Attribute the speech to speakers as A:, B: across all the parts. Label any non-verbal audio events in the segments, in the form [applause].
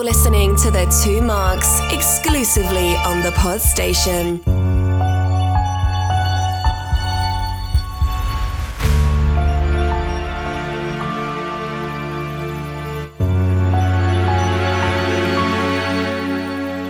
A: to the two marks exclusively on the pod station.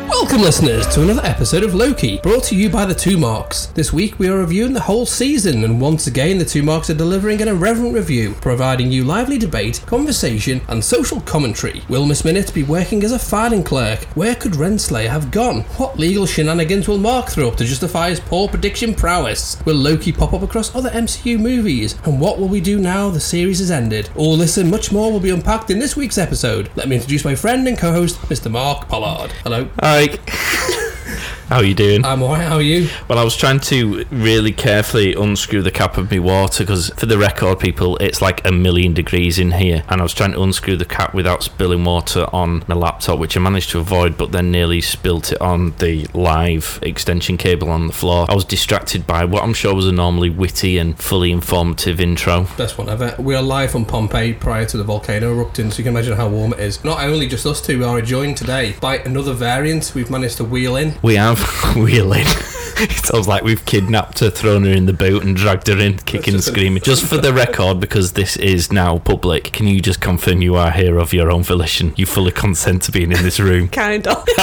B: Welcome, listeners, to another episode of Loki, brought to you by The Two Marks. This week we are reviewing the whole season, and once again, The Two Marks are delivering an irreverent review, providing you lively debate, conversation, and social commentary. Will Miss Minute be working as a farthing clerk? Where could Renslayer have gone? What legal shenanigans will Mark throw up to justify his poor prediction prowess? Will Loki pop up across other MCU movies? And what will we do now the series is ended? All this and much more will be unpacked in this week's episode. Let me introduce my friend and co host, Mr. Mark Pollard. Hello.
C: Hi. [laughs] How you doing?
B: I'm alright, how are you?
C: Well, I was trying to really carefully unscrew the cap of my water because, for the record, people, it's like a million degrees in here. And I was trying to unscrew the cap without spilling water on my laptop, which I managed to avoid, but then nearly spilt it on the live extension cable on the floor. I was distracted by what I'm sure was a normally witty and fully informative intro.
B: Best one ever. We are live from Pompeii prior to the volcano erupting, so you can imagine how warm it is. Not only just us two, we are joined today by another variant we've managed to wheel in.
C: We have [laughs] wheeling. it sounds like we've kidnapped her, thrown her in the boat, and dragged her in, kicking and
B: just a-
C: screaming. Just for the record, because this is now public, can you just confirm you are here of your own volition? You fully consent to being in this room.
D: [laughs] kind of.
C: [laughs]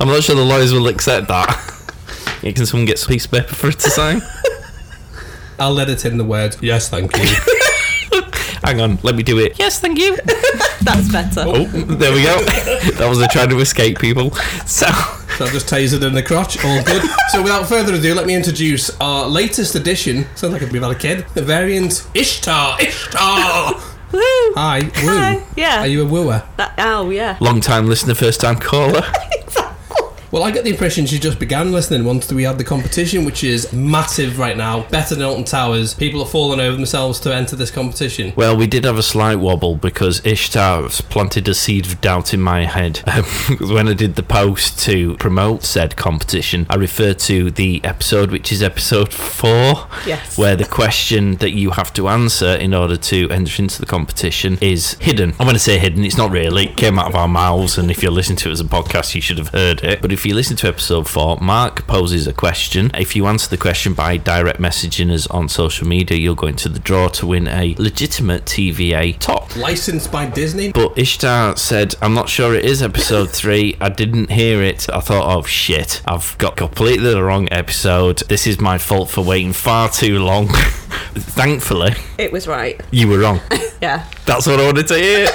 C: I'm not sure the lawyers will accept that. Yeah, can someone get some piece of paper for it to sign?
B: I'll edit in the words, yes, thank [laughs] you.
C: [laughs] Hang on, let me do it.
D: yes, thank you. [laughs] That's better.
C: Oh, there [laughs] we go. That was a trying to escape, people. So,
B: so I've just tasered in the crotch, all good. so without further ado, let me introduce our latest edition. Sounds like we've had a kid. The variant Ishtar, Ishtar!
D: Woo.
B: Hi, woo.
D: Hi, yeah.
B: Are you a wooer?
D: That, oh, yeah.
C: long time listener, first time caller.
B: Well, I get the impression she just began listening once we had the competition, which is massive right now. Better than Alton Towers. People are falling over themselves to enter this competition.
C: Well, we did have a slight wobble because Ishtar has planted a seed of doubt in my head. [laughs] Um, when I did the post to promote said competition, I referred to the episode, which is episode four,
D: Yes.
C: where the question that you have to answer in order to enter into the competition is hidden. I'm going to say hidden, it's not really. It came out of our mouths, and if you're listening to it as a podcast, you should have heard it. But if you listen to episode four, Mark poses a question. If you answer the question by direct messaging us on social media, you'll go into the draw to win a legitimate TVA top.
B: Licensed by Disney?
C: But Ishtar said, I'm not sure it is episode three. I didn't hear it. I thought, oh shit, I've got completely the wrong episode. This is my fault for waiting far too long. [laughs] Thankfully,
D: It was right.
C: you were wrong.
D: Yeah.
C: That's what I wanted to hear.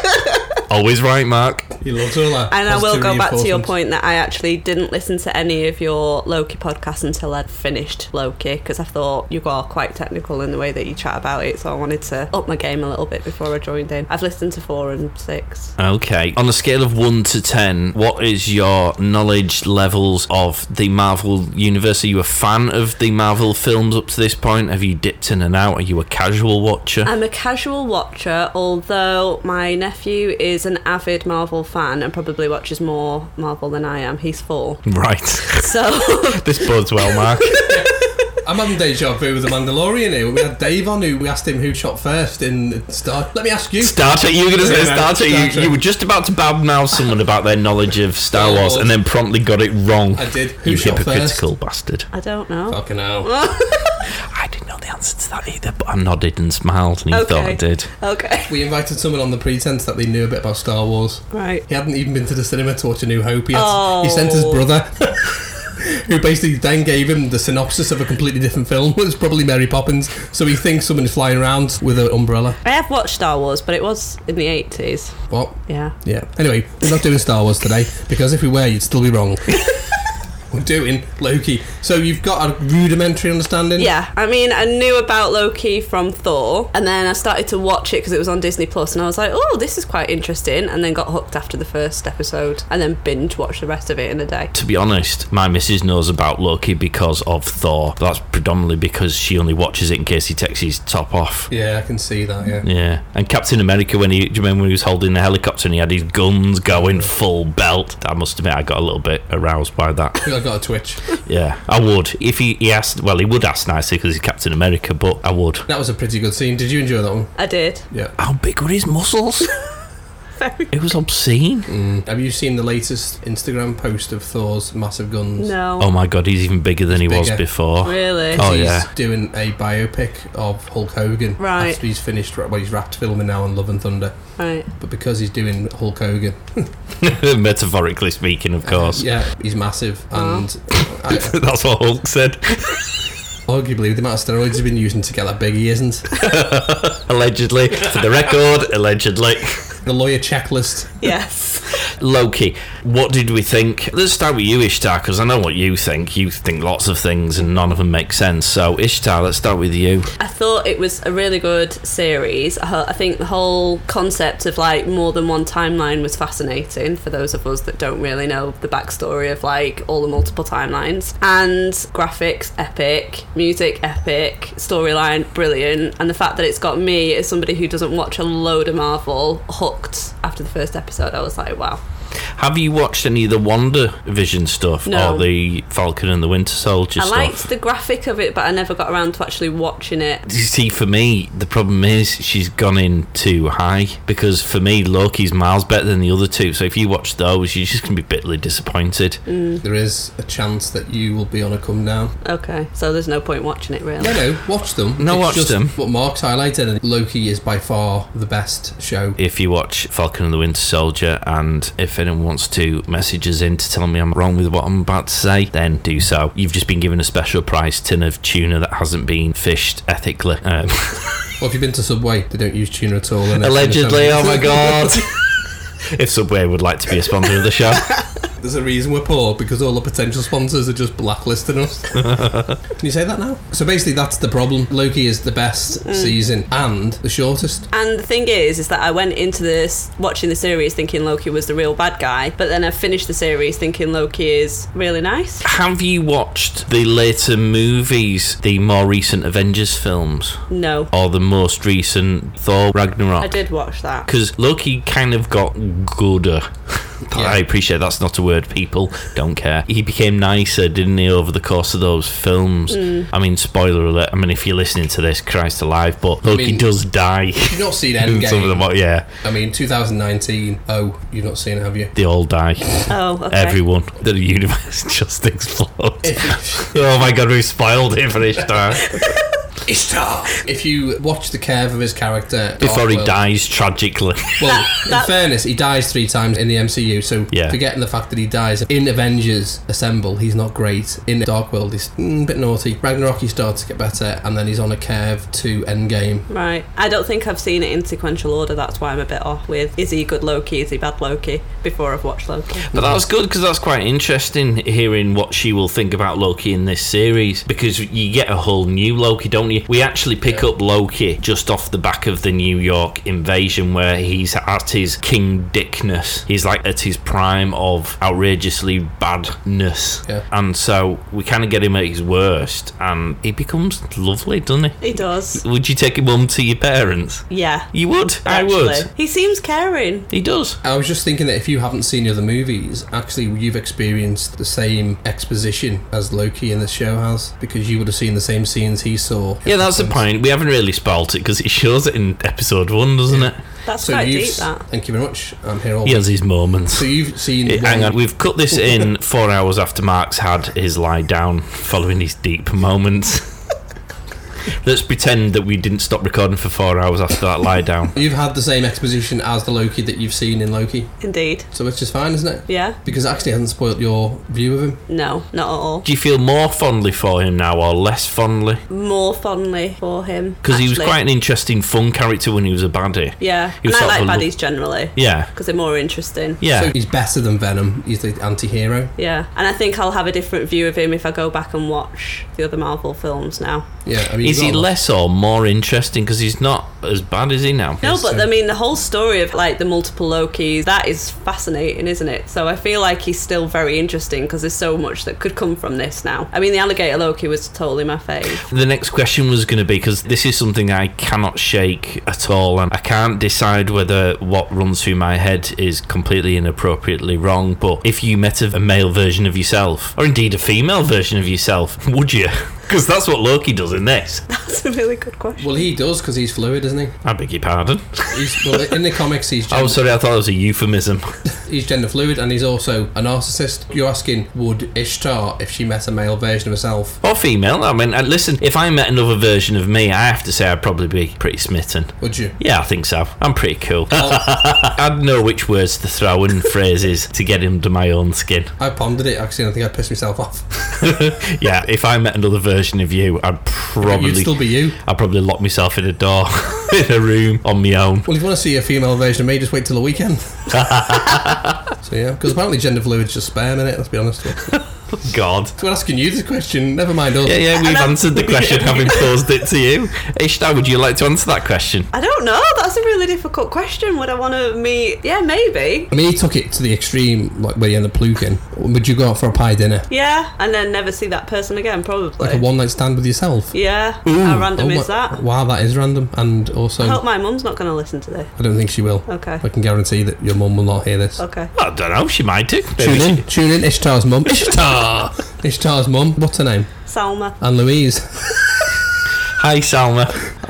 C: Always right, Mark.
B: He loves all that.
D: And I will
B: positive
D: go back to your
B: reinforcement.
D: point that I actually didn't listen to any of your Loki podcasts until I'd finished Loki because I thought you are quite technical in the way that you chat about it. So I wanted to up my game a little bit before I joined in. I've listened to four and six.
C: Okay. On a scale of 1 to 10, what is your knowledge levels of the Marvel universe? Are you a fan of the Marvel films up to this point? Have you dipped in and out? Are you a casual watcher?
D: I'm a casual watcher, although my nephew is an avid Marvel fan and probably watches more Marvel than I am. He's four.
C: [laughs]
D: [laughs]
C: right.
D: So.
C: this bodes well, Mark.
B: I'm having deja vu with the Mandalorian here. We had Dave on who we asked him who shot first in Star. Let me ask you.
C: Star Trek. You were going to say
B: Yeah,
C: Star Trek.
B: Star
C: You-
B: Trek.
C: You, were just about to badmouth someone about their knowledge of Star Wars, and then promptly got it wrong.
B: I did. Who
C: you
B: shot
C: hypocritical bastard.
D: I don't know.
B: Fucking hell.
C: I didn't know the answer to that either, but I nodded and smiled, and he thought I did.
D: Okay.
B: We invited someone on the pretense that they knew a bit about Star Wars.
D: Right.
B: He hadn't even been to the cinema to watch A New Hope. He, had, he
D: Oh.
B: sent his brother, [laughs] who basically then gave him the synopsis of a completely different film. [laughs] It was probably Mary Poppins. So he thinks someone's flying around with an umbrella.
D: I have watched Star Wars, but it was in the 80s.
B: What?
D: Yeah.
B: Yeah. Anyway, we're not doing Star Wars today because if we were, you'd still be wrong. [laughs] we're doing Loki. So you've got a rudimentary understanding.
D: Yeah. I mean, I knew about Loki from Thor, and then I started to watch it because it was on Disney Plus, and I was like, oh, this is quite interesting, and then got hooked after the first episode, and then binge watched the rest of it in a day.
C: To be honest, my missus knows about Loki because of Thor. That's predominantly because she only watches it in case he takes his top off.
B: Yeah, I can see that. Yeah.
C: Yeah, and Captain America when he, do you remember when he was holding the helicopter and he had his guns going full belt? I must admit, I got a little bit aroused by that.
B: I think I got a twitch.
C: Yeah, I would. If he, he asked, well, he would ask nicely because he's Captain America, but I would.
B: That was a pretty good scene. Did you enjoy that one?
D: I did.
B: Yeah.
C: How big were his muscles?
D: very.
C: [laughs] It was obscene.
D: Mm.
B: Have you seen the latest Instagram post of Thor's massive guns?
D: No.
C: Oh my god, he's even bigger than he was
B: bigger.
C: before.
D: Really?
C: Oh
B: he's
C: yeah.
B: doing a biopic of Hulk Hogan.
D: Right.
B: After he's finished, well, he's wrapped filming now on Love and Thunder,
D: Right.
B: but because he's doing Hulk Hogan,
C: [laughs] Metaphorically speaking, of course.
B: Uh, yeah, he's massive, and I,
C: [laughs] That's what Hulk said.
B: arguably the amount of steroids he's been using to get that big, he isn't.
C: allegedly. For the record, allegedly.
B: The lawyer checklist.
D: Yes.
C: Loki, what did we think? Let's start with you, Ishtar, because I know what you think. You think lots of things and none of them make sense. So, Ishtar, let's start with you.
D: I thought it was a really good series. I ho- I think the whole concept of like more than one timeline was fascinating for those of us that don't really know the backstory of like all the multiple timelines. And graphics, epic. Music, epic. Storyline, brilliant. And the fact that it's got me as somebody who doesn't watch a load of Marvel hooked after the first episode, I was like, wow.
C: Have you watched any of the Wonder Vision stuff
D: No.
C: or the Falcon and the Winter Soldier
D: I
C: stuff?
D: liked the graphic of it, but I never got around to actually watching it.
C: You see, for me, the problem is she's gone in too high because for me, Loki's miles better than the other two. So if you watch those, you're just going to be bitterly disappointed.
B: There is a chance that you will be on a come down.
D: Okay, so there's no point watching it really.
B: No, no, watch them.
C: No, watch them.
B: What Mark's highlighted, and Loki is by far the best show.
C: If you watch Falcon and the Winter Soldier, and if anyone wants to message us in to tell me I'm wrong with what I'm about to say, then do so. You've just been given a special prize tin of tuna that hasn't been fished ethically. Um, [laughs]
B: Well, if you've been to Subway, they don't use tuna at all. in their
C: allegedly,
B: tuna
C: oh my
B: sandwich.
C: god. if Subway would like to be a sponsor of the show.
B: There's a reason we're poor because all the potential sponsors are just blacklisting
C: [laughs]
B: us. Can you say that now? So basically, that's the problem. Loki is the best season and the shortest.
D: And the thing is, is that I went into this watching the series thinking Loki was the real bad guy, but then I finished the series thinking Loki is really nice.
C: Have you watched the later movies, the more recent Avengers films,
D: No,
C: or the most recent Thor Ragnarok?
D: I did watch that.
C: because Loki kind of got gooder. [laughs] I appreciate that's not a word, people don't care. He became nicer, didn't he, over the course of those films?
D: Mm.
C: I mean, spoiler alert. I mean, if you're listening to this, Christ alive, but Loki
B: mean-
C: does die.
B: You've not seen
C: in [laughs] some of
B: Endgame.
C: them, are- yeah,
B: I mean, 2019. Oh, you've not seen it, have you?
C: they all die.
D: Oh, okay.
C: Everyone. The universe [laughs] just explodes.
B: [laughs] If-
C: oh my god, we've spoiled it for Ishtar.
B: Ishtar. If you watch the curve of his character Dark
C: Before he
B: World-
C: dies tragically.
B: Well, in fairness, he dies three times in the MCU, so
C: Yeah.
B: forgetting the fact that he dies in Avengers Assemble, he's not great. In Dark World, he's mm, a bit naughty. Ragnarok, he starts to get better, and then he's on a curve to Endgame.
D: Right. I don't think I've seen it in sequential order, that's why I'm a bit off with is he good Loki, is he bad Loki, before I've watched Loki.
C: [laughs] But that was good because that's quite interesting hearing what she will think about Loki in this series because you get a whole new Loki, don't you? We actually pick up Loki just off the back of the New York invasion where he's at his King Dickness. He's like at his prime of outrageously badness.
B: Yeah.
C: And so we kind of get him at his worst and he becomes lovely, doesn't he?
D: He does.
C: Would you take him home to your parents?
D: Yeah.
C: You would. I would.
D: actually. He seems caring.
C: He does.
B: I was just thinking that if you haven't seen the other movies, actually you've experienced the same exposition as Loki in the show has, because you would have seen the same scenes he saw.
C: Yeah, that's the point. We haven't really spoiled it because it shows it in episode one, doesn't it?
D: That's
B: So
D: quite
B: you've,
D: deep that.
B: Thank you very much. I'm here all
C: He has his moments.
B: So you've seen.
C: Eh, hang
B: one-
C: on, we've cut this in four hours after Mark's had his lie down following his deep moments. [laughs] Let's pretend that we didn't stop recording for four hours after that lie down.
B: You've had the same exposition as the Loki that you've seen in Loki,
D: Indeed.
B: so which is fine, isn't it?
D: Yeah?
B: Because it actually hasn't spoilt your view of him.
D: No, not at all.
C: Do you feel more fondly for him now or less fondly?
D: More fondly for him.
C: Because he was
D: actually.
C: quite an interesting, fun character when he was a baddie.
D: Yeah.
C: He was
D: And I
C: sort
D: like
C: of a lo-
D: baddies generally.
C: Yeah.
D: because they're more interesting.
C: Yeah.
B: So he's better than Venom. He's the anti-hero.
D: Yeah, and I think I'll have a different view of him if I go back and watch the other Marvel films now.
B: Yeah. I mean, you've
C: is he
B: got-
C: less or more interesting? Because he's not as bad as he now.
D: No, but
B: so-
D: I mean, the whole story of like the multiple Lokis, that is fascinating, isn't it? So I feel like he's still very interesting because there's so much that could come from this now. I mean, the alligator Loki was totally my fave.
C: The next question was going to be because this is something I cannot shake at all, and I can't decide whether what runs through my head is completely inappropriately wrong. But if you met a, a male version [laughs] of yourself, or indeed a female version of yourself, would you? Because [laughs] that's what Loki does in this.
D: That's a really good question.
B: Well, he does because he's fluid, isn't he?
C: I beg your pardon.
B: He's, well, in the comics, he's
C: Oh,
B: gender,
C: sorry, [laughs] I thought it was a euphemism. [laughs]
B: he's gender fluid and he's also a narcissist. You're asking, would Ishtar, if she met a male version of herself?
C: or female. I mean, and listen, if I met another version of me, I have to say I'd probably be pretty smitten.
B: Would you?
C: Yeah, I think so. I'm pretty cool. [laughs] I'd know which words to throw and [laughs] phrases to get under my own skin.
B: I pondered it actually, and I think I'd piss myself off. [laughs]
C: [laughs] yeah, if I met another version of you, I'd probably
B: You'd still be you.
C: I'd probably lock myself in a door [laughs] in a room on my own.
B: Well, if you want to see a female version of me, just wait till the weekend. [laughs] so yeah, because apparently gender fluid's just sperm in it. Let's be honest. [laughs] So
C: God.
B: we're asking you this question. Never mind us.
C: Yeah, yeah, we've
D: And
C: [laughs]
D: I'm-
C: answered the question having posed it to you. Ishtar, would you like to answer that question?
D: I don't know. That's a really difficult question. Would I want to meet? Yeah, maybe.
B: I mean, he took it to the extreme, like where you end up pluking. Would you go out for a pie dinner,
D: Yeah, and then never see that person again, probably.
B: like a one night stand with yourself?
D: yeah. How
B: Oh
D: random
B: my-
D: is that?
B: Wow, that is random. And also,
D: I hope my mum's not going to listen to this.
B: I don't think she will.
D: Okay.
B: I can guarantee that your mum will not hear this.
D: Okay.
C: I don't know, she might do. Maybe
B: Tune
C: she-
B: in, tune in. Ishtar's mum. Ishtar. [laughs] Ishtar's mum. What's her name?
D: Salma.
B: And Louise,
C: Hi, Salma.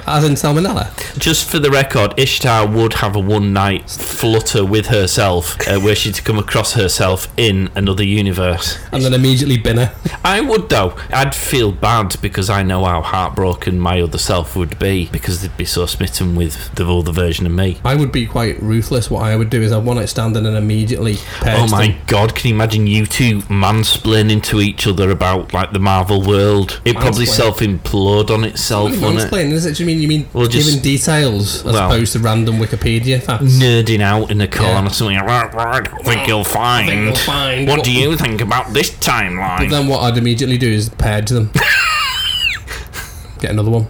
B: as in salmonella.
C: Just for the record, Ishtar would have a one night flutter with herself uh, where she'd come across herself in another universe.
B: and then immediately bin her.
C: I would though. I'd feel bad because I know how heartbroken my other self would be because they'd be so smitten with the other version of me.
B: I would be quite ruthless. What I would do is I'd one night stand and then immediately
C: Oh
B: pair
C: my god, can you imagine you two mansplaining to each other about like the Marvel world? It probably
B: Mansplain.
C: self implode on itself, wouldn't it?
B: Mansplaining, is it? Do you mean you mean
C: Well,
B: giving
C: just-
B: details as
C: well-
B: opposed to random Wikipedia facts?
C: Nerding out in a corner,
B: Yeah.
C: something like, right, right, I think you'll find.
B: you'll find
C: What
B: what-
C: do you think about this
B: But
C: timeline?
B: then what I'd immediately do is pair to
C: [laughs]
B: them. Get another one.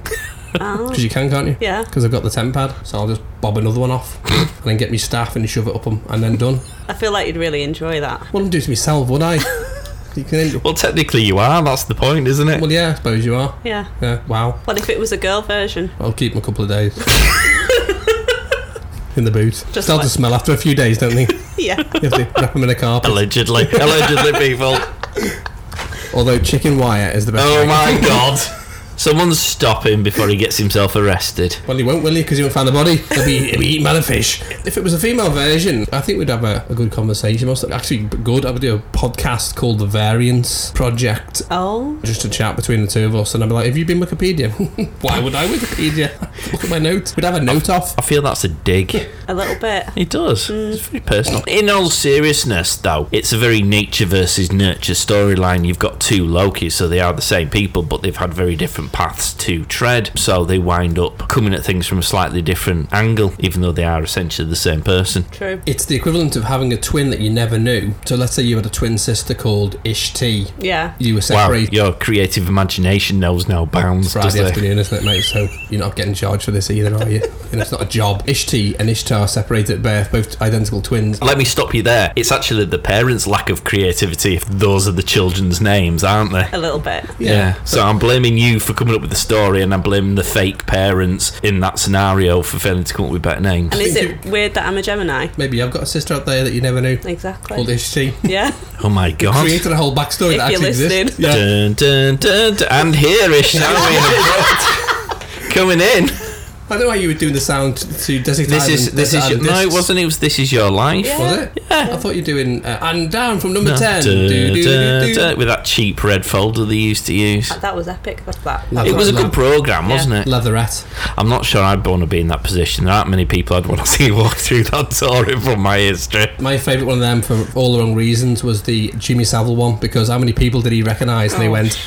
B: Because you can, can't you?
D: Yeah.
B: Because I've got the temp pad, so I'll just bob another one off and then get me staff and shove it up 'em, and then done.
D: I feel like you'd really enjoy that.
B: Wouldn't do to myself, would I? You can end up-
C: Well, technically, you are. That's the point, isn't it?
B: well, yeah, I suppose you are.
D: Yeah.
B: Yeah, wow.
D: What if it was a girl version?
B: I'll keep them a couple of days. in the boot. Start
D: Just
B: to
D: like-
B: smell after a few days, don't they?
D: Yeah.
B: You have to wrap them in a carpet.
C: Allegedly,
B: [laughs]
C: allegedly, people.
B: Although chicken wire is the best.
C: Oh
B: way.
C: [laughs] my god! Someone stop him before he gets himself arrested.
B: Well, you won't, will you? Because you won't find the body. They'll be, they'll be eating man and fish. If it was a female version, I think we'd have a, a good conversation. Most actually good. I would do a podcast called The Variance Project.
D: Oh.
B: Just a chat between the two of us, and I'd be like, "Have you been Wikipedia? [laughs] Why would I Wikipedia? [laughs] Look at my notes. We'd have a note off.
C: I feel that's a dig.
D: A little bit.
C: It does. It's very personal. Mm. In all seriousness, though, it's a very nature versus nurture storyline. You've got two Lokis, so they are the same people, but they've had very different paths to tread. So they wind up coming at things from a slightly different angle, even though they are essentially the same person.
D: True.
B: It's the equivalent of having a twin that you never knew. So let's say you had a twin sister called Ishti.
D: Yeah.
B: You were
C: Wow,
B: separated.
C: your creative imagination knows no bounds, does
B: Friday
C: it?
B: afternoon, isn't it, mate? So you're not getting charged for this either, are you? [laughs] And it's not a job. Ishti and Ishtar separated at birth, both identical twins.
C: Let me stop you there. It's actually the parents' lack of creativity if those are the children's names, aren't they?
D: A little bit.
C: Yeah. So I'm blaming you for coming up with the story, and I'm blaming the fake parents in that scenario for failing to come up with better names.
D: And is it weird that I'm a Gemini?
B: Maybe I've got a sister out there that you never knew called
C: [laughs]
D: Exactly.
B: Ishti.
D: Yeah.
C: Oh my god.
B: Created a whole backstory
D: If
B: that
D: you're
B: actually exists.
D: listening.
B: Yeah.
C: Dun, dun, dun, dun. And here is
B: [laughs]
C: coming in.
B: I don't know why you were doing the sound to Desert
C: This
B: Island.
C: is this
B: Desert
C: is your,
B: Island
C: no, it
B: Discs.
C: wasn't. It was this is your life.
D: Yeah.
B: Was it?
C: Yeah.
B: I thought you were doing uh, and down from number
C: Dun,
B: ten.
C: dun,
B: Do, do, do, do.
C: dun, With that cheap red folder they used to use.
D: That was epic. That.
B: No.
D: that.
C: It was a good program,
D: Yeah.
C: wasn't it?
B: Leatherette.
C: I'm not sure I'd want to be in that position. There aren't many people I'd want to [laughs] see walk through that door in from my history.
B: My favourite one of them for all the wrong reasons was the Jimmy Savile one because how many people did he recognise? And they went,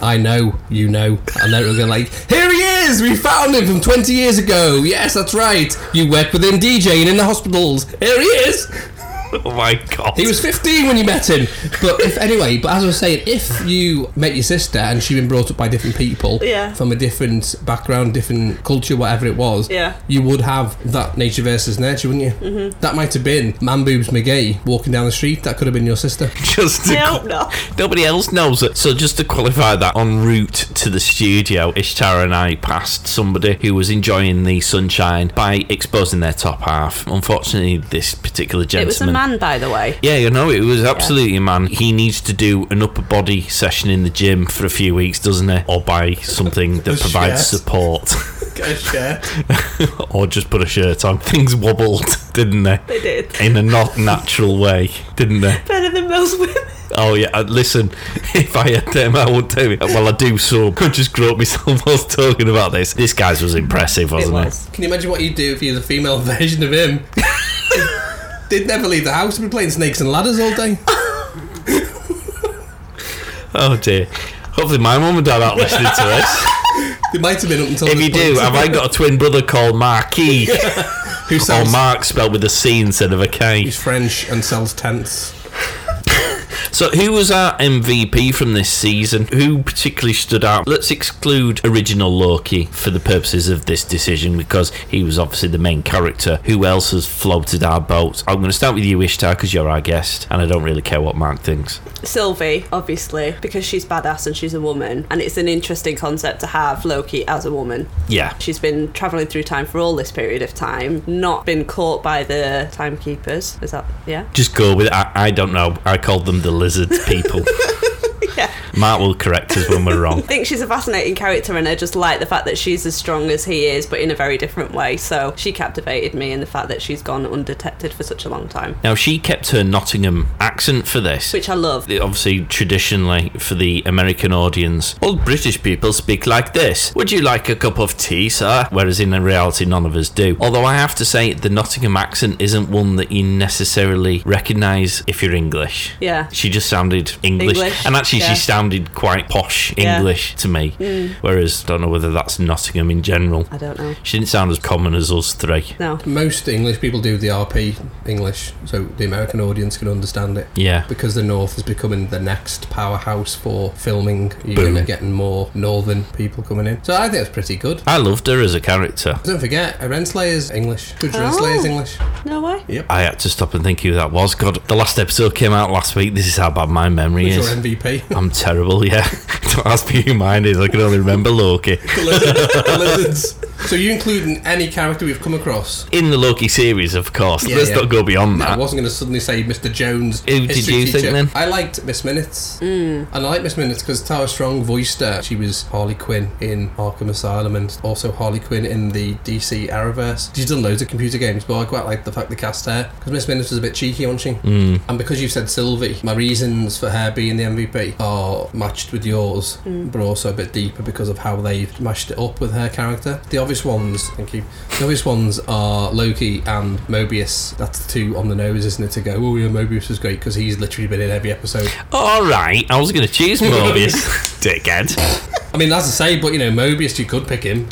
B: I know, you know. And then it was like, Here he is! We found him from 20 years ago! Yes, that's right! You worked with him DJing in the hospitals! Here he is!
C: [laughs] Oh my god.
B: He was 15 when you met him! But if, anyway, but as I was saying, if you met your sister and she'd been brought up by different people
D: Yeah.
B: from a different background, different culture, whatever it was,
D: Yeah.
B: you would have that nature versus nurture, wouldn't you? Mm-hmm. That might have been Man Boobs McGee walking down the street. That could have been your sister.
C: [laughs] just to
D: I hope
C: qu-
D: not.
C: nobody else knows it. So just to qualify that, en route to the studio, Ishtar and I passed somebody who was enjoying the sunshine by exposing their top half. Unfortunately, this particular
D: It was a
C: gentleman
D: man, by the
C: [laughs]
D: way.
C: Yeah, you know, it was absolutely a man. He needs to do an upper body session in the gym for a few weeks, doesn't he? Or buy something that
B: A
C: provides
B: shirt.
C: support.
B: Get a chair.
C: [laughs] or just put a shirt on. Things wobbled, [laughs] didn't they?
D: They did.
C: In a not natural way, didn't they?
D: Better than most women.
C: Oh yeah, uh, listen. [laughs] If I had them, I would do it. Well, I do. So [laughs] could just grow up myself whilst talking about this. This guy's was impressive,
D: It
C: wasn't it?
D: was.
B: Can you imagine what you'd do if you was a female [laughs] version of him? They'd never leave the house. We'd be playing snakes and ladders all day.
C: Oh dear. Hopefully, my mum and dad aren't listening to this.
B: They might have been up until
C: [laughs] If
B: this
C: you do,
B: point.
C: have I got a twin brother called [laughs] Marquis?
B: who
C: Or
B: sells?
C: Mark spelled with a C instead of a K.
B: He's French and sells tents.
C: So, who was our MVP from this season? Who particularly stood out? Let's exclude original Loki for the purposes of this decision because he was obviously the main character. Who else has floated our boat? I'm going to start with you, Ishtar, because you're our guest, and I don't really care what Mark thinks.
D: Sylvie, obviously, because she's badass and she's a woman, and it's an interesting concept to have Loki as a woman.
C: Yeah.
D: She's been travelling through time for all this period of time, not been caught by the timekeepers. Is that, yeah?
C: Just go with it. I, I don't know. I called them the lizard people.
D: Yeah.
C: Mark will correct us when we're
D: [laughs]
C: wrong.
D: I think she's a fascinating character, and I just like the fact that she's as strong as he is, but in a very different way. So she captivated me, and the fact that she's gone undetected for such a long time,
C: Now, she kept her Nottingham accent for this.
D: which I love.
C: the- obviously traditionally for the American audience, all British people speak like this. Would you like a cup of tea, sir? Whereas in reality, none of us do. Although I have to say, the Nottingham accent isn't one that you necessarily recognise if you're English.
D: Yeah.
C: She just sounded English,
D: English,
C: and actually
D: yeah.
C: she sounded quite posh
D: Yeah. Mm.
C: English to me. Whereas don't know whether that's Nottingham in general.
D: I don't know.
C: She didn't sound as common as us three.
D: No.
B: Most English people do the RP English, so the American audience can understand it.
C: Yeah.
B: Because the North is becoming the next powerhouse for filming, you're
C: Boom.
B: gonna getting more Northern people coming in. So I think that's pretty good.
C: I loved her as a character.
B: Don't forget, Renslayer's English. Judge Renslayer's English.
D: No way.
C: I had to stop and think who that was. God, the last episode came out last week. This is how bad my memory
B: He's
C: is.
B: your MVP.
C: I'm terrible, yeah. [laughs] Don't ask me who mine is. I can only remember Loki.
B: [laughs] The lizard- the lizards. So you including any character we've come across?
C: In the Loki series, of course.
B: Yeah,
C: Let's
B: yeah.
C: not go beyond
B: I
C: that.
B: wasn't going to suddenly say Mr. Jones.
C: Who did
B: history
C: you think
B: teacher.
C: then?
B: I liked Miss Minutes, mm. and I like Miss Minutes because Tara Strong voiced her. She was Harley Quinn in Arkham Asylum, and also Harley Quinn in the DC Arrowverse. She's done loads of computer games, but I quite like the fact they cast her because Miss Minutes was a bit cheeky, wasn't she? Mm. And because you said Sylvie, my reasons for her being the MVP are matched with yours, but also a bit deeper because of how they've mashed it up with her character. The obvious ones, thank you. The obvious ones are Loki and Mobius. That's the two on the nose, isn't it? To go, oh yeah, Mobius was great because he's literally been in every episode.
C: All right, I was going to choose Mobius.
B: [laughs]
C: Dickhead.
B: I mean, that's to say, but you know, Mobius, you could pick him.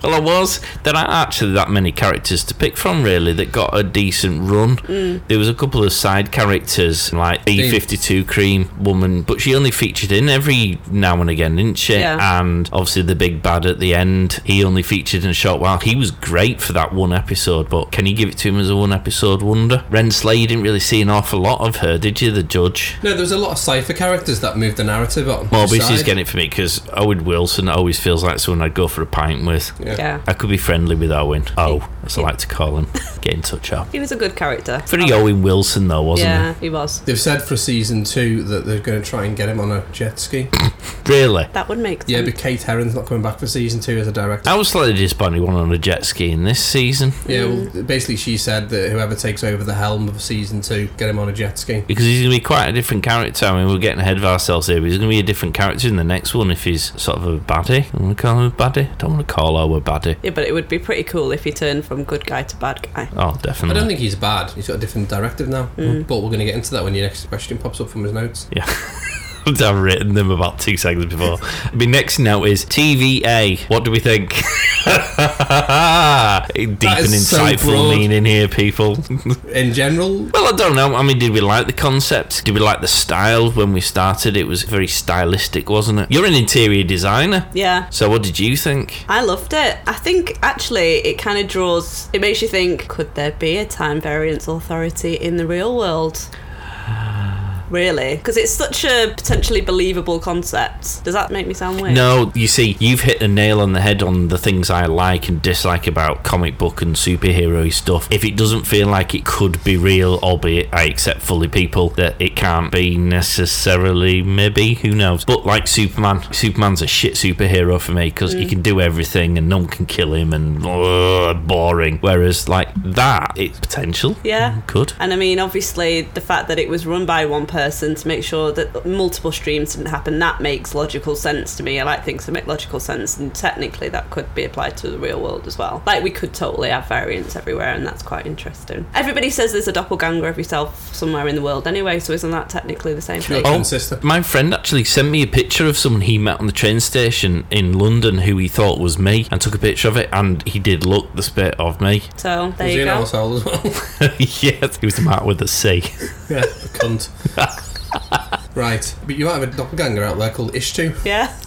C: Well, I was. There aren't actually that many characters to pick from, really, that got a decent run. There was a couple of side characters, like B52 Cream Woman, but she only featured in every now and again, didn't she?
D: Yeah.
C: And obviously the big bad at the end, he only featured in a short while. He was great for that one episode, but can you give it to him as a one episode wonder? Renslayer, you didn't really see an awful lot of her, did you, the judge?
B: No, there was a lot of cipher characters that moved the narrative on.
C: Morbius is
B: Side.
C: getting it for me because Owen Wilson always feels like someone I'd go for a pint with.
D: Yeah.
C: I could be friendly with Owen. Oh, as I like to call
B: [laughs]
C: him. Get in touch, Al.
D: He was a good character.
C: Very Owen Wilson, though, wasn't
D: Yeah, he was.
B: They've said for season two that they're going to try and get him on a jet ski.
C: he? Really?
D: That would make sense.
B: Yeah, but Kate Herron's not coming back for season two as a director.
C: I was slightly disappointed he wasn't on a jet ski in this season
B: Yeah, well,
D: Mm.
B: basically, she said that whoever takes over the helm of season two, get him on a jet ski.
C: because he's going to be quite a different character. I mean, we're getting ahead of ourselves here, but he's going to be a different character in the next one if he's sort of a baddie. I want to call him a baddie. I don't want to call Owen a baddie.
D: Yeah, but it would be pretty cool if he turned from good guy to bad guy.
C: Oh,
B: I
C: definitely.
B: don't think he's bad. He's got a different directive now. But we're going to get into that when your next question pops up from his notes.
C: [laughs] I've written them about two seconds before.
B: [laughs]
C: My next note is TVA. What do we think? [laughs] Deep and
B: is so
C: insightful
B: broad.
C: meaning here, people.
B: In general,
C: well, I don't know. I mean, did we like the concept? Did we like the style when we started? It was very stylistic, wasn't it? You're an interior designer.
D: Yeah.
C: So, what did you think?
D: I loved it. I think actually it kind of draws, it makes you think could there be a time variance authority in the real world? really? Because it's such a potentially believable concept. Does that make me sound [laughs] weird?
C: No, you see, you've hit the nail on the head on the things I like and dislike about comic book and superhero stuff. If it doesn't feel like it could be real, albeit I accept fully people that it can't be necessarily, maybe, who knows. But like Superman, Superman's a shit superhero for me because he can do everything and no one can kill him and ugh, boring. Whereas, like that, it's potential.
D: Yeah.
C: Could.
D: And I mean, obviously, the fact that it was run by one person to make sure that multiple streams didn't happen, that makes logical sense to me. I like things that make logical sense, and technically, that could be applied to the real world as well. Like, we could totally have variants everywhere, and that's quite interesting. Everybody says there's a doppelganger of yourself somewhere in the world anyway, so isn't that technically the same thing?
B: Oh. Consistent.
C: My friend actually sent me a picture of someone he met on the train station in London who he thought was me and took a picture of it and he did look the spit of me. [laughs]
D: So, there
B: Was he
D: you
B: an
D: go.
B: arsehole as
D: [laughs]
B: well?
C: yes, he was the man with the C.
B: yeah, the cunt. [laughs] right, but you might have a doppelganger out there called Ishtu.
D: Yeah.
C: [laughs]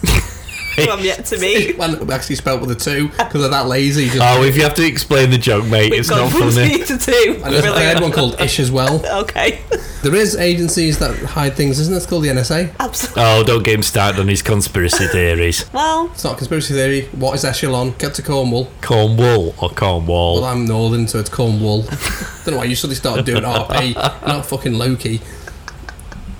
D: Who I'm yet to meet.
B: Well, actually spelt with a two because they're that lazy. Just
C: Oh, if you have to explain the joke, mate,
D: We've
C: it's
D: gone
C: not
D: from
C: funny.
D: three [laughs] to two.
B: and there's a
D: Brilliant.
B: third one called Ish as well.
D: Okay. [laughs]
B: There is agencies that hide things, isn't it? It's called the NSA.
D: Absolutely.
C: Oh, don't get him started on his conspiracy theories.
D: Well,
B: It's not a conspiracy theory. What is Echelon? Get to Cornwall.
C: Cornwall or
B: Well,
C: Cornwall.
B: I'm northern, so it's Cornwall. Don't know why you suddenly started doing RP, not fucking Loki.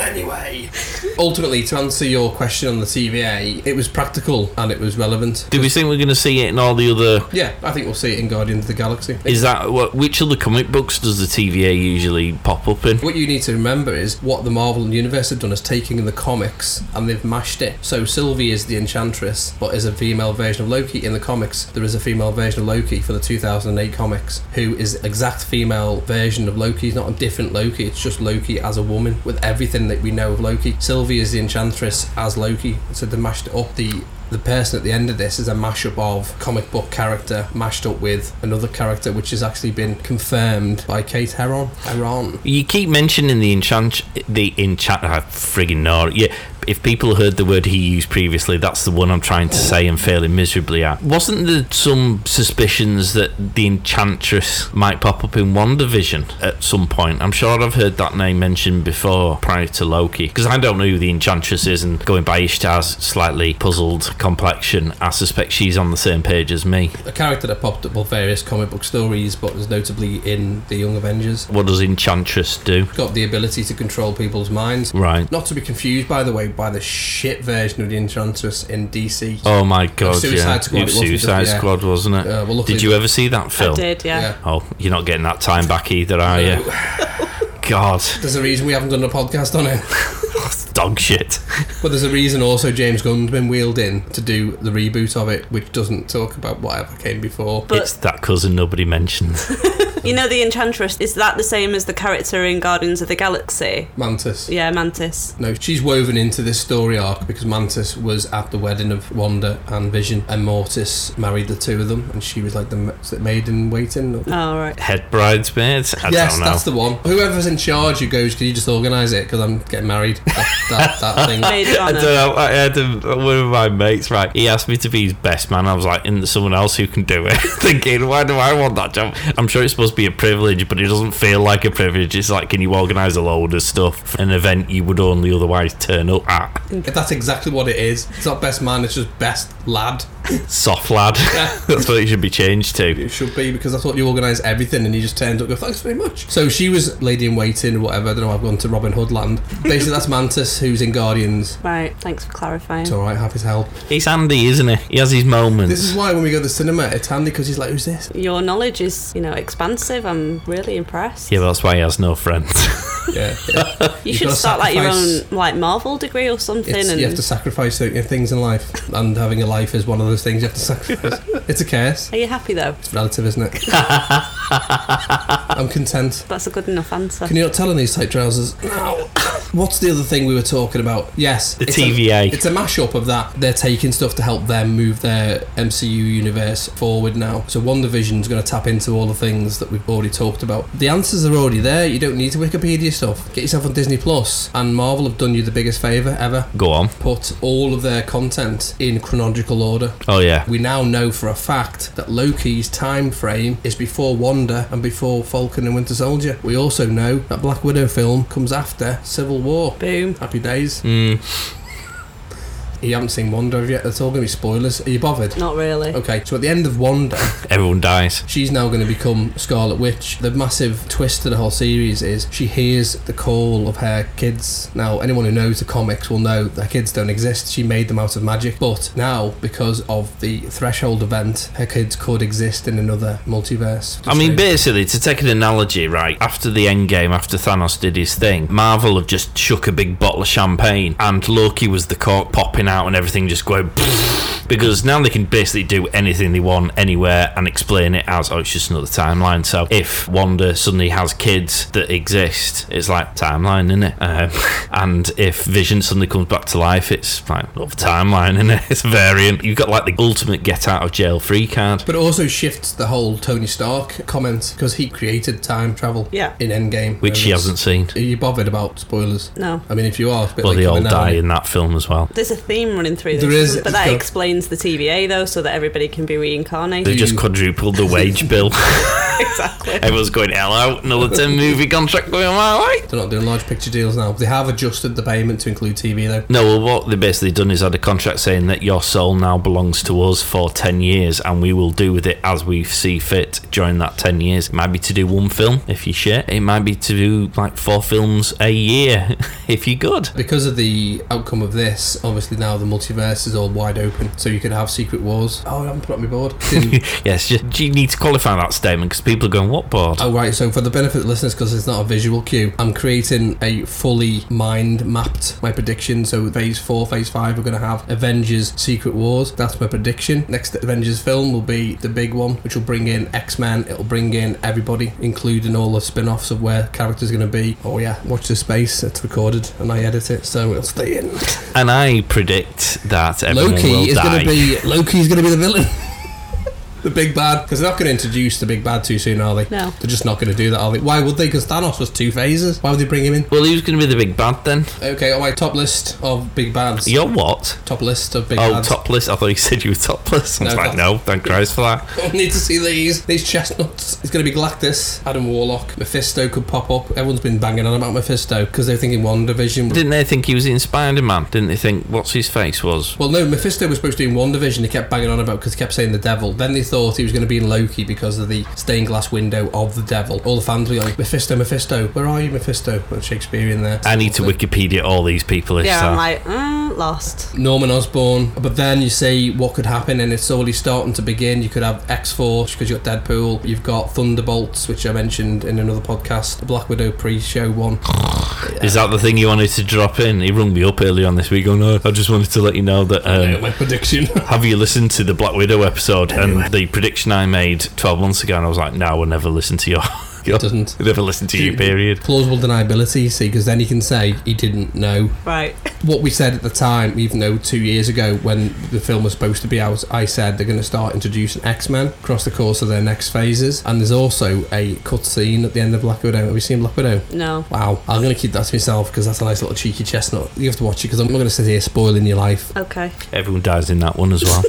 B: Anyway, ultimately, to answer your question on the TVA, it was practical and it was relevant.
C: Do we think we're going to see it in all the other?
B: Yeah, I think we'll see it in Guardians of the Galaxy.
C: Is that what? Which other comic books does the TVA usually pop up in?
B: What you need to remember is what the Marvel Universe have done is taking the comics and they've mashed it. So Sylvie is the Enchantress, but is a female version of Loki in the comics. There is a female version of Loki for the 2008 comics, who is exact female version of Loki. It's not a different Loki. It's just Loki as a woman with everything that we know of Loki. Sylvie is the Enchantress as Loki. So they mashed it up. The the person at the end of this is a mashup of comic book character mashed up with another character, which has actually been confirmed by Kate Heron. Heron.
C: You keep mentioning the enchant, the enchant. I friggin' know. it. Yeah, if people heard the word he used previously, that's the one I'm trying to say and failing miserably at. Wasn't there some suspicions that the enchantress might pop up in one division at some point? I'm sure I've heard that name mentioned before prior to Loki, because I don't know who the enchantress is, and going by Ishtar's slightly puzzled complexion, I suspect she's on the same page as me.
B: a character that popped up on various comic book stories, but was notably in the Young Avengers.
C: What does enchantress do?
B: Got the ability to control people's minds.
C: Right.
B: Not to be confused, by the way, by the shit version of the Enchantress in DC.
C: Oh my god!
B: Suicide
C: yeah.
B: Squad,
C: It was
B: it wasn't just-
C: Suicide
B: yeah.
C: Squad, wasn't it?
B: Uh, well, luckily-
C: Did you ever see that film?
D: I did, yeah.
B: Yeah.
C: Oh, you're not getting that time back either, are you?
B: [laughs]
C: God,
B: There's a reason we haven't done a podcast on it. [laughs]
C: that's dog shit.
B: But there's a reason also James Gunn's been wheeled in to do the reboot of it, which doesn't talk about whatever came before.
D: But-
C: it's that cousin nobody mentioned.
D: You know the Enchantress, is that the same as the character in Guardians of the Galaxy?
B: Mantis.
D: Yeah, Mantis.
B: No, she's woven into this story arc because Mantis was at the wedding of Wanda and Vision, and Mortis married the two of them, and she was like the ma- maid in waiting. or- [laughs]
D: Oh, right.
C: Head bridesmaid. I
B: yes,
C: don't know.
B: that's the one. Whoever's in charge who goes, can you just organise it? Because I'm getting married. [laughs] That, that, that thing.
D: Maid of
C: I
D: Honor.
C: don't know. I had a, one of my mates, right? He asked me to be his best man. I was like, isn't there someone else who can do it? [laughs] Thinking, why do I want that job? I'm sure it's supposed to be a privilege, but it doesn't feel like a privilege. It's like, can you organise a load of stuff for an event you would only otherwise turn up at?
B: If that's exactly what it is, it's not best man, it's just best lad.
C: Soft lad. [laughs] That's what it should be changed to.
B: It should be because I thought you organise everything and you just turned up and go, thanks very much. So she was lady in waiting or whatever. I don't know, I've gone to Robin Hood land. Basically, that's Mantis who's in Guardians.
D: Right, thanks for clarifying.
B: It's alright, happy to help.
C: He's Andy, isn't he? He has his moments.
B: This is why when we go to the cinema, it's handy because he's like, who's this?
D: Your knowledge is, you know, expansive. I'm really impressed.
C: Yeah, that's why he has no friends.
B: Yeah. yeah.
D: you
B: you've
D: should
B: gotta
D: start like your own
B: sacrifice-
D: like Marvel degree or something
B: It's,
D: and
B: you have to sacrifice certain things in life, and having a life is one of those things you have to sacrifice. it's a curse.
D: Are you happy though?
B: relative, isn't it? I'm content.
D: That's a good enough answer.
B: Can you not tell in these tight trousers? No. What's the other thing we were talking about? Yes,
C: The
B: it's
C: TVA.
B: A, it's a mashup of that. They're taking stuff to help them move their MCU universe forward now. So One Division's going to tap into all the things that we've already talked about. The answers are already there. You don't need to Wikipedia stuff. Get yourself on Disney Plus, and Marvel have done you the biggest favour ever.
C: Go on.
B: Put all of their content in chronological order.
C: Oh yeah.
B: We now know for a fact that Loki's time frame is before WandaVision Thunder and before Falcon and Winter Soldier. We also know that Black Widow film comes after Civil War.
D: Boom.
B: Happy days.
C: Mm.
B: You haven't seen Wanda have yet. That's all going to be spoilers. Are you bothered?
D: Not really.
B: Okay, so at the end of Wanda,
C: Everyone dies.
B: she's now going to become Scarlet Witch. The massive twist to the whole series is she hears the call of her kids. Now, anyone who knows the comics will know that her kids don't exist. She made them out of magic. But now, because of the Threshold event, her kids could exist in another multiverse.
C: I mean, basically, to take an analogy, right, after the end game, after Thanos did his thing, Marvel have just shook a big bottle of champagne, and Loki was the cork popping out and everything just going. [laughs] Because now they can basically do anything they want anywhere and explain it as, oh, it's just another timeline. So if Wanda suddenly has kids that exist, it's like timeline, isn't it? Um, [laughs] and if Vision suddenly comes back to life, it's like another timeline, isn't it? [laughs] It's a variant. You've got like the ultimate get out of jail free card.
B: But it also shifts the whole Tony Stark comment because he created time travel
D: Yeah.
B: in Endgame.
C: Which she
B: whereas-
C: hasn't seen.
B: Are you bothered about spoilers?
D: No.
B: I mean, if you are, it's a bit
C: Well,
B: late
C: they all
B: coming now,
C: die
B: isn't it?
C: in that film as well.
D: There's a theme running through this,
B: There is,
D: but
B: it's
D: that
B: got-
D: explains the TVA though, so that everybody can be
C: They've
D: reincarnated.
C: just
B: You-
C: quadrupled
B: [laughs]
C: the wage bill. [laughs]
D: exactly.
C: Everyone's going, hello, another 10 movie contract going my way.
B: They're not doing large picture deals now. They have adjusted the payment to include TV though.
C: No, well, what they basically done is had a contract saying that your soul now belongs to us for 10 years and we will do with it as we see fit during that 10 years. It might be to do one film if you shit. It might be to do like four films a year [laughs] if you're good.
B: Because of the outcome of this, obviously now the multiverse is all wide open, so you could have Secret Wars. Oh, I haven't put it on my board. [laughs] Didn't-
C: Yes, you you need to qualify that statement because people are going, what board?
B: oh, right, so for the benefit of the listeners, because it's not a visual cue, I'm creating a fully mind mapped my prediction. So phase four, phase five, we're going to have Avengers Secret Wars. That's my prediction. Next Avengers film will be the big one, which will bring in X Men, it'll bring in everybody, including all the spin offs of where characters are going to be. Oh, yeah, watch the space, it's recorded, and I edit it, so it'll stay in.
C: And I predict that everyone will
B: Loki is
C: die.
B: going to be Loki's going to be the villain. [laughs] The big bad, because they're not going to introduce the big bad too soon, are they?
D: No.
B: They're just not going to do that, are they? Why would they? Because Thanos was two phases. Why would they bring him in?
C: well, who's going to be the big bad then?
B: Okay, on my top list of big bads.
C: Your what?
B: Top list of big
C: Oh,
B: [laughs] bads.
C: topless. I thought you said you were topless. I was
B: No,
C: like,
B: top-
C: no, thank Christ for that.
B: Need to see these. These chestnuts. It's going to be Galactus, Adam Warlock, Mephisto could pop up. Everyone's been banging on about Mephisto because they're thinking one division.
C: Didn't they think he was in Spider Man? Didn't they think what's his face was?
B: Well, no, Mephisto was supposed to be in one division. He kept banging on about because he kept saying the devil. Then they thought he was going to be in Loki because of the stained glass window of the devil. All the fans were like, Mephisto, Mephisto, where are you, Mephisto? Put Shakespeare in there.
C: I need to Wikipedia all these people. If
D: Yeah,
C: so.
D: I'm like, mm, lost.
B: Norman Osborn, but then you see what could happen, and it's already starting to begin. You could have X Force because you've got Deadpool, you've got Thunderbolts, which I mentioned in another podcast, the Black Widow pre-show
C: [laughs]
B: one.
C: Is that the thing you wanted to drop in? He rung me up early on this week going, oh, I just wanted to let you know that.
B: Yeah, [laughs]
C: Um,
B: my prediction.
C: have you listened to the Black Widow episode and the prediction I made 12 months ago? And I was like, no, I will never listen to your. [laughs] your
B: Doesn't.
C: never listen to
B: [laughs]
C: you, period.
B: Plausible deniability, see, because then he can say he didn't know
D: Right.
B: what we said at the time, even though two years ago when the film was supposed to be out, I said they're going to start introducing X Men across the course of their next phases. And there's also a cut scene at the end of Black Widow. Have you seen Black Widow?
D: No.
B: Wow, I'm going to keep that to myself because that's a nice little cheeky chestnut. You have to watch it because I'm not going to sit here spoiling your life.
D: Okay.
C: Everyone dies in that one as
B: [laughs]
C: well.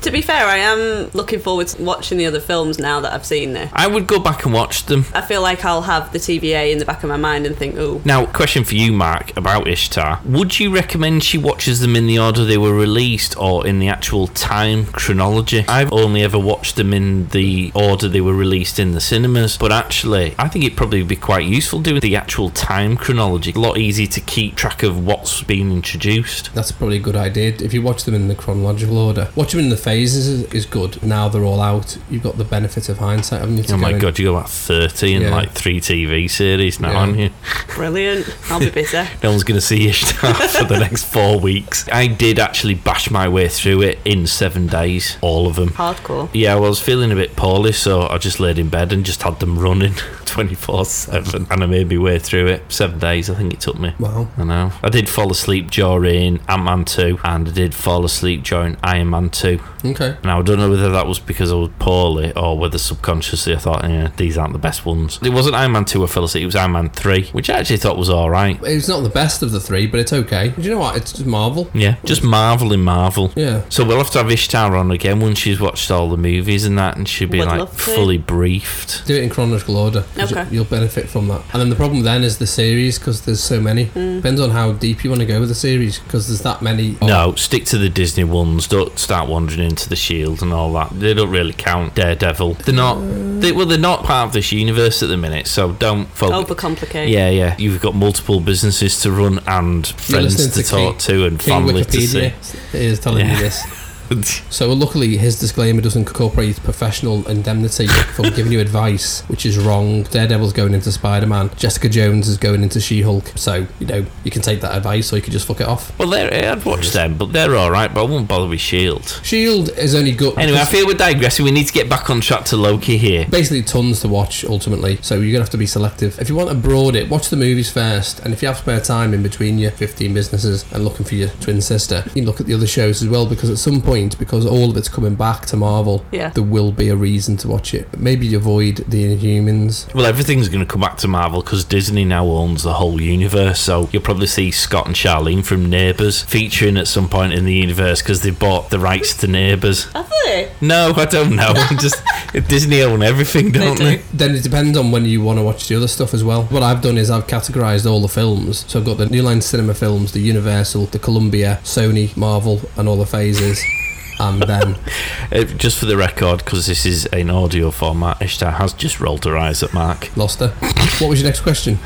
D: To be fair, I am looking forward to watching the other films now that I've seen this.
C: I would go back and watch them.
D: I feel like I'll have the TVA in the back of my mind and think, ooh,
C: Now, question for you, Mark, about Ishtar. Would you recommend she watches them in the order they were released or in the actual time chronology? I've only ever watched them in the order they were released in the cinemas, but actually, I think it'd probably be quite useful doing the actual time chronology. A lot easier to keep track of what's been introduced.
B: That's probably a good idea. If you watch them in the chronological order, watch them in the phases is, is good. Now they're all out. You've got the benefit of hindsight, haven't you? to
C: Oh my
B: go in?
C: god, you got about 30 in
B: Yeah.
C: like three TV series now,
B: Yeah.
C: aren't you?
D: brilliant. I'll be busy.
C: No one's going to see Ishtar [laughs] for the next four weeks. I did actually bash my way through it in seven days, all of them.
D: Hardcore.
C: Yeah, well, I was feeling a bit poorly, so I just laid in bed and just had them running [laughs] 24 7. And I made my way through it. Seven days, I think it took me.
B: Wow.
C: I know. I did fall asleep during Ant Man 2, and I did fall asleep during Iron Man 2.
B: Okay.
C: Now, I don't know whether that was because I was poorly or whether subconsciously I thought, yeah, these aren't the best ones. It wasn't Iron Man 2 I fell asleep, it was Iron Man 3, which I actually thought was alright.
B: It's not the best of the three, but it's okay. Do you know what? It's just Marvel.
C: Yeah, just Marvel in Marvel.
B: Yeah.
C: So we'll have to have Ishtar on again once she's watched all the movies and that, and she'll be
D: Would
C: like
D: love to.
C: fully briefed.
B: Do it in chronological order. 'cause
D: Okay.
B: You'll benefit from that. And then the problem then is the series because there's so many. Depends on how deep you want to go with the series because there's that many.
C: No, stick to the Disney ones. Don't start wandering into the Shield and all that. They don't really count. Daredevil. They're not. They, well, they're not part of this universe at the minute, so don't
D: Oh,
C: focus.
D: Overcomplicate.
C: Yeah, yeah. You've got multiple businesses to run and
B: You're
C: friends
B: listening
C: to, talk to and
B: King
C: family
B: Wikipedia is telling you
C: Yeah.
B: this.
C: to see. [laughs]
B: So luckily, his disclaimer doesn't incorporate professional indemnity from giving you advice, which is wrong. Daredevil's going into Spider-Man. Jessica Jones is going into She-Hulk. So you know you can take that advice, or you could just fuck it off.
C: well, they're, I'd watch them, but they're all right. But I won't bother with Shield.
B: Shield is only good.
C: Anyway, I
B: because
C: feel we're digressing. We need to get back on track to Loki here.
B: basically tons to watch ultimately. So you're gonna have to be selective. If you want to broad it, watch the movies first, and if you have spare time in between your 15 businesses and looking for your twin sister, you can look at the other shows as well. Because at some point, because all of it's coming back to Marvel,
D: Yeah.
B: there will be a reason to watch it. Maybe avoid the Inhumans.
C: Well, everything's going to come back to Marvel because Disney now owns the whole universe. So you'll probably see Scott and Charlene from Neighbours featuring at some point in the universe because they bought the rights to Neighbours.
D: Have they?
C: No, I don't know. I'm just Disney own everything, don't
D: do.
C: they?
B: Then it depends on when you want to watch the other stuff as well. What I've done is I've categorised all the films. So I've got the New Line Cinema films, the Universal, the Columbia, Sony, Marvel, and all the phases. and then
C: Uh, just for the record, because this is an audio format, Ishtar has just rolled her eyes at Mark.
B: lost her. What was your next question?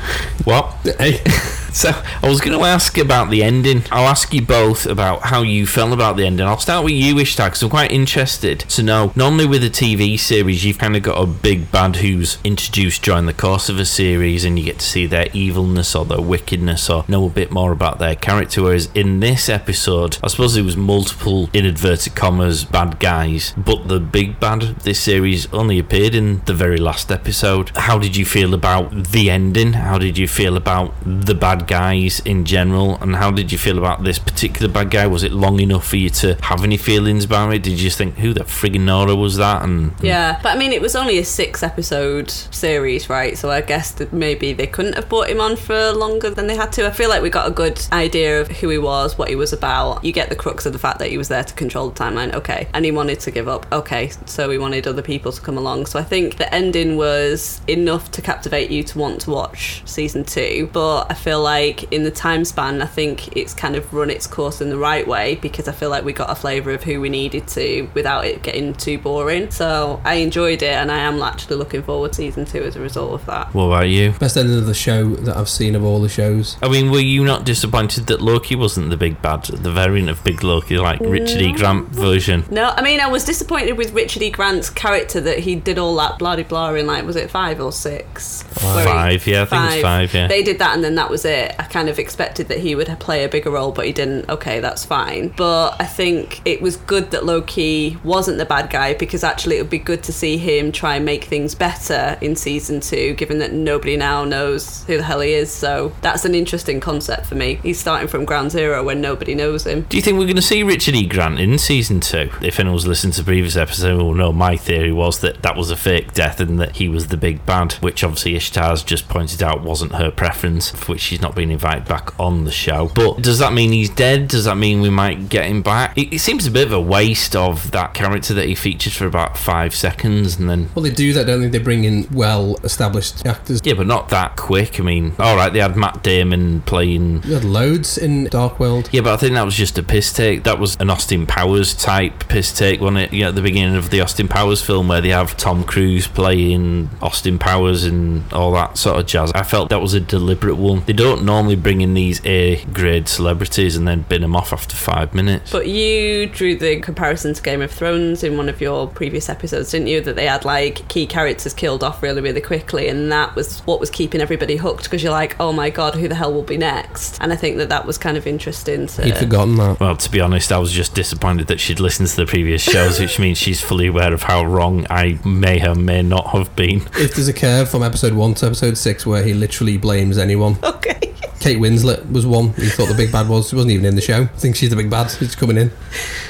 C: What? Hey. [laughs] so I was going to ask about the ending. I'll ask you both about how you felt about the ending. I'll start with you, Ishtar, because I'm quite interested to know. Normally with a TV series, you've kind of got a big bad who's introduced during the course of a series, and you get to see their evilness or their wickedness or know a bit more about their character. Whereas in this episode, I suppose it was multiple in inverted commas bad guys, but the big bad of this series only appeared in the very last episode. How did you feel about the ending? How did you feel about the bad guys in general? And how did you feel about this particular bad guy? Was it long enough for you to have any feelings about it? Did you just think, who the friggin' Nora was that? And
D: Yeah, but I mean, it was only a six episode series, right? So I guess that maybe they couldn't have brought him on for longer than they had to. I feel like we got a good idea of who he was, what he was about. You get the crux of the fact that he was there to control the timeline, okay. And he wanted to give up, okay. So he wanted other people to come along. So I think the ending was enough to captivate you to want to watch season two. But I feel like in the time span, I think it's kind of run its course in the right way because I feel like we got a flavour of who we needed to without it getting too boring. So I enjoyed it and I am actually looking forward to season two as a result of that.
C: what about you?
B: Best ending of the show that I've seen of all the shows.
C: I mean, were you not disappointed that Loki wasn't the big bad, the variant of Big Loki, like Richard E. Grant version?
D: No, I mean, I was disappointed with Richard E. Grant's character that he did all that bloody blah in, like, was it five or six? Where he-
C: Five, yeah, I think it's five, yeah.
D: They did that and then that was it. I kind of expected that he would play a bigger role, but he didn't. Okay, that's fine. But I think it was good that Loki wasn't the bad guy because actually it would be good to see him try and make things better in season two, given that nobody now knows who the hell he is. So that's an interesting concept for me. He's starting from ground zero when nobody knows him.
C: Do you think we're going to see Richard E. Grant in season two? If anyone's listened to previous episode, will know my theory was that that was a fake death and that he was the big bad, which obviously Ishtar's just pointed out wasn't her preference, for which she's not been invited back on the show. But does that mean he's dead? Does that mean we might get him back? It, it seems a bit of a waste of that character that he featured for about five seconds and then.
B: Well, they do that, don't they? They bring in well established actors.
C: Yeah, but not that quick. I mean, all right, they had Matt Damon playing
B: You had loads in Dark World.
C: Yeah, but I think that was just a piss take. That was an Austin Powers type piss take, wasn't it? You know, at the beginning of the Austin Powers film where they have Tom Cruise playing Austin Powers and all that sort of jazz. I felt that was a deliberate one. They don't normally bring in these A grade celebrities and then bin them off after five minutes.
D: But you drew the comparison to Game of Thrones in one of your previous episodes, didn't you? That they had like key characters killed off really, really quickly, and that was what was keeping everybody hooked because you're like, oh my god, who the hell will be next? And I think that that was kind of interesting. To,
B: He'd forgotten that.
C: Well, to be honest, I was just disappointed that she'd listened to the previous shows, which means she's fully aware of how wrong I may or may not have been.
B: If there's a curve from episode one one to episode six where he literally blames anyone.
D: [laughs] Okay.
B: Kate Winslet was one. He thought the big bad was. She wasn't even in the show. I think she's the big bad. She's coming in.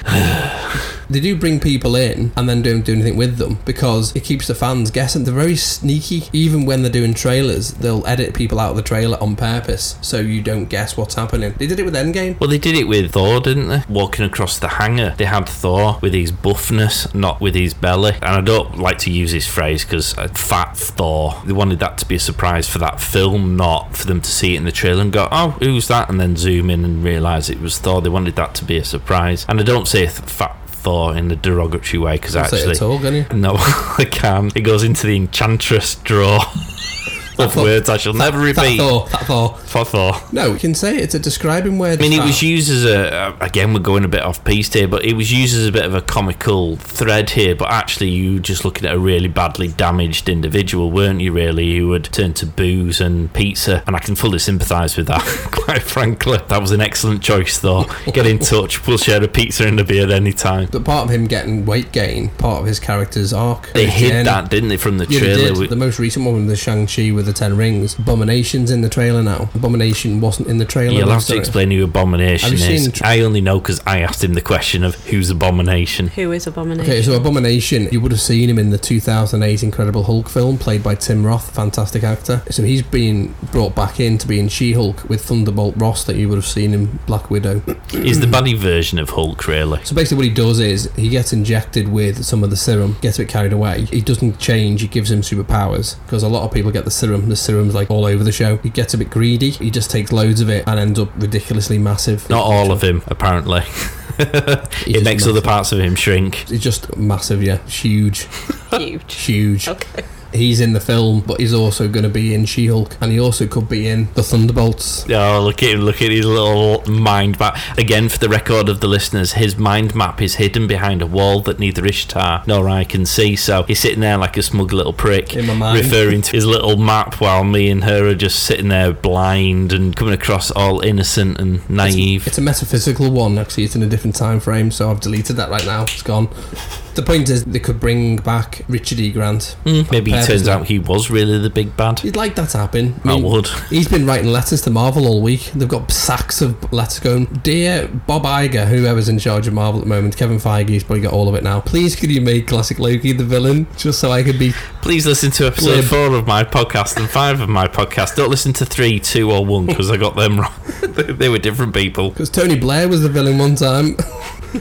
B: [sighs] They do bring people in and then don't do anything with them because it keeps the fans guessing. They're very sneaky. Even when they're doing trailers, they'll edit people out of the trailer on purpose so you don't guess what's happening. They did it with Endgame.
C: Well, they did it with Thor, didn't they? Walking across the hangar, they had Thor with his buffness, not with his belly. And I don't like to use this phrase because fat Thor. They wanted that to be a surprise for that film, not for them to see it in the trailer and go, "Oh, who's that?" and then zoom in and realise it was Thor. They wanted that to be a surprise. And I don't say th- fat. Thor in a derogatory way because
B: Don't say it
C: actually,
B: at all,
C: [laughs]
B: can you?
C: no, I can't. It goes into the enchantress drawer [laughs] of
B: Thor-
C: words I shall never
B: That
C: repeat.
B: Thor. That Thor.
C: For Thor.
B: No, you can say it. It's a describing word.
C: I mean, it
B: Ah.
C: was used as a. Uh, again, we're going a bit off piece here, but it was used as a bit of a comical thread here. But actually, you were just looking at a really badly damaged individual, weren't you? Really, who had turned to booze and pizza. And I can fully sympathise with that. [laughs] Quite frankly, that was an excellent choice, though. Get in touch. We'll share a pizza and a beer any time.
B: But part of him getting weight gain, part of his character's arc.
C: They
B: his journey.
C: hid that, didn't they, from the
B: Yeah, they
C: trailer?
B: did.
C: We-
B: The most recent one, the Shang Chi with the Ten Rings. Abomination's in the trailer now. Abomination wasn't in the trailer.
C: You'll have
B: last
C: to
B: year.
C: explain who Abomination
B: Have you
C: is.
B: seen tr-
C: I only know because I asked him the question of who's Abomination.
D: Who is Abomination?
B: Okay, so Abomination, you would have seen him in the 2008 Incredible Hulk film, played by Tim Roth, fantastic actor. So he's been brought back in to be in She Hulk with Thunderbolt Ross, that you would have seen in Black Widow. [clears throat]
C: Is the baddie version of Hulk, really?
B: So basically, what he does is he gets injected with some of the serum, gets a bit carried away. He doesn't change, it gives him superpowers because a lot of people get the serum. The serum's like all over the show. He gets a bit greedy, he just takes loads of it and ends up ridiculously massive.
C: Not all of him, apparently. it
B: just
C: makes other
B: massive.
C: parts of him shrink.
B: He's just massive, yeah. Huge,
D: [laughs] Huge.
B: huge.
D: Okay.
B: He's in the film, but he's also going to be in She Hulk and he also could be in The Thunderbolts.
C: Oh, look at him! Look at his little mind map. Again, for the record of the listeners, his mind map is hidden behind a wall that neither Ishtar nor I can see. So he's sitting there like a smug little prick,
B: In my mind.
C: referring to his little map, while me and her are just sitting there blind and coming across all innocent and naive.
B: It's a metaphysical one, actually. It's in a different time frame, so I've deleted that right now. It's gone. The point is, they could bring back Richard E. Grant.
C: Mm, maybe it turns
B: purposely.
C: out he was really the big bad.
B: You'd like that to happen.
C: I
B: mean,
C: would.
B: He's been writing letters to Marvel all week. They've got sacks of letters going. Dear Bob Iger, whoever's in charge of Marvel at the moment, Kevin Feige's probably got all of it now. Please could you make classic Loki the villain just so I could be
C: Please listen to episode
B: Glib.
C: four of my podcast and five of my podcast. Don't listen to three, two, or one because I got them wrong. [laughs] They- they were different people.
B: Because Tony Blair was the villain one time. [laughs]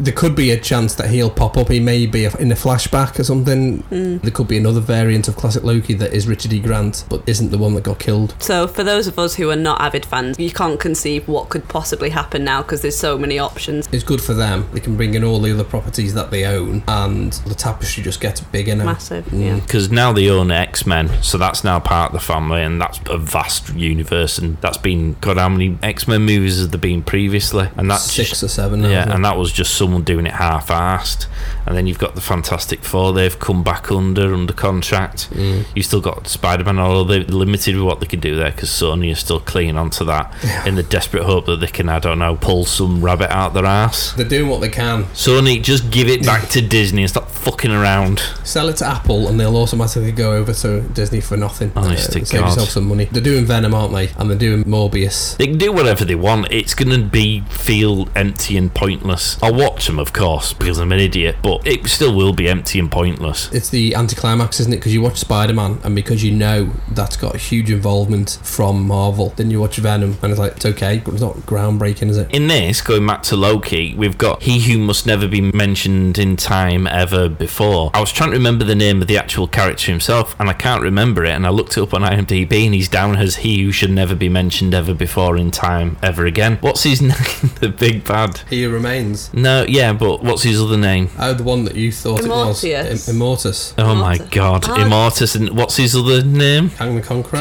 B: there could be a chance that he'll pop up. He may be in a flashback or something. There could be another variant of classic Loki that is Richard E. Grant, but isn't the one that got killed.
D: So, for those of us who are not avid fans, you can't conceive what could possibly happen now because there's so many options.
B: It's good for them. They can bring in all the other properties that they own, and the tapestry just gets bigger now.
D: Massive. Yeah.
C: Because now they own X Men, so that's now part of the family, and that's a vast universe. And that's been God, how many X Men movies have there been previously? And that's
B: Six
C: just-
B: or seven now.
C: Yeah,
B: isn't
C: and that was just someone doing it half-assed, and then you've got the Fantastic Four. They've come back under under contract.
B: Mm.
C: You still got Spider-Man, although they're limited with what they can do there because Sony is still clinging onto that in the desperate hope that they can, I don't know, pull some rabbit out their ass.
B: it? They're doing what they can.
C: Sony, just give it back to Disney and stop fucking around.
B: Sell it to Apple, and they'll automatically go over to Disney for nothing. Uh,
C: Honest to
B: save
C: God.
B: yourself some money. They're doing Venom, aren't they? And they're doing Morbius.
C: They can do whatever they want. It's gonna be feel empty and pointless. I'll watch them, of course, because I'm an idiot, but it still will be empty and pointless.
B: It's the anticlimax, isn't it? Because you watch Spider Man, and because you know that's got huge involvement from Marvel, then you watch Venom, and it's like, it's okay, but it's not groundbreaking, is it?
C: In this, going back to Loki, we've got He Who Must Never Be Mentioned in Time Ever Before. I was trying to remember the name of the actual character himself, and I can't remember it. And I looked it up on IMDb, and he's down as He Who Should Never Be Mentioned Ever Before in Time Ever Again. What's his [laughs] name? the Big Bad.
B: He remains.
C: No, yeah, but what's his other name?
B: Oh, the one that you thought it
D: Immortus.
B: was. Im- Immortus.
C: Oh my
D: Immortus.
C: god,
D: Oh.
C: Immortus, and what's his other name?
B: Kang the Conqueror.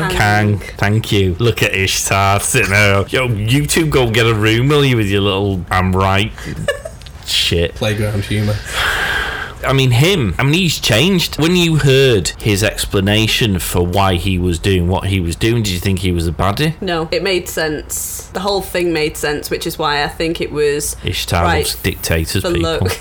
C: Kang,
D: Kang.
C: thank you. Look at Ishtar sitting there. Yo, you two go get a room, will you, with your little I'm right shit.
B: Playground humour.
C: I mean, him. I mean, he's changed. When you heard his explanation for why he was doing what he was doing, did you think he was a baddie?
D: No, it made sense. The whole thing made sense, which is why I think it was
C: Ishtar
D: Right.
C: loves dictators,
D: the
C: people.
D: look.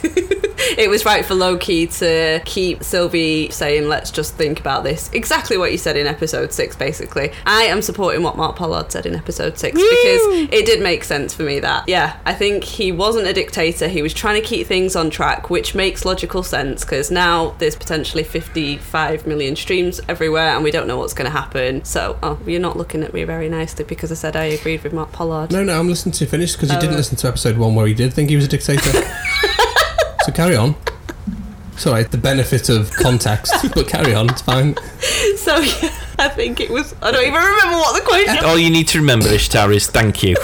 D: [laughs] it was right for Loki to keep Sylvie saying, let's just think about this. Exactly what you said in episode six, basically. I am supporting what Mark Pollard said in episode six because it did make sense for me that, yeah, I think he wasn't a dictator. He was trying to keep things on track, which makes logical sense because now there's potentially 55 million streams everywhere and we don't know what's going to happen. So, oh, you're not looking at me very nicely because I said I agreed with Mark Pollard.
B: No, no, I'm listening to finish because you
D: Oh,
B: didn't
D: right.
B: listen to episode one where he did think he was a dictator.
D: [laughs]
B: so carry on. Sorry, the benefit of context, [laughs] but carry on. It's fine.
D: [laughs] So, yeah, I think it was. I don't even remember what the
C: [laughs]
D: question
C: All you need to remember, Ishtar, is thank you.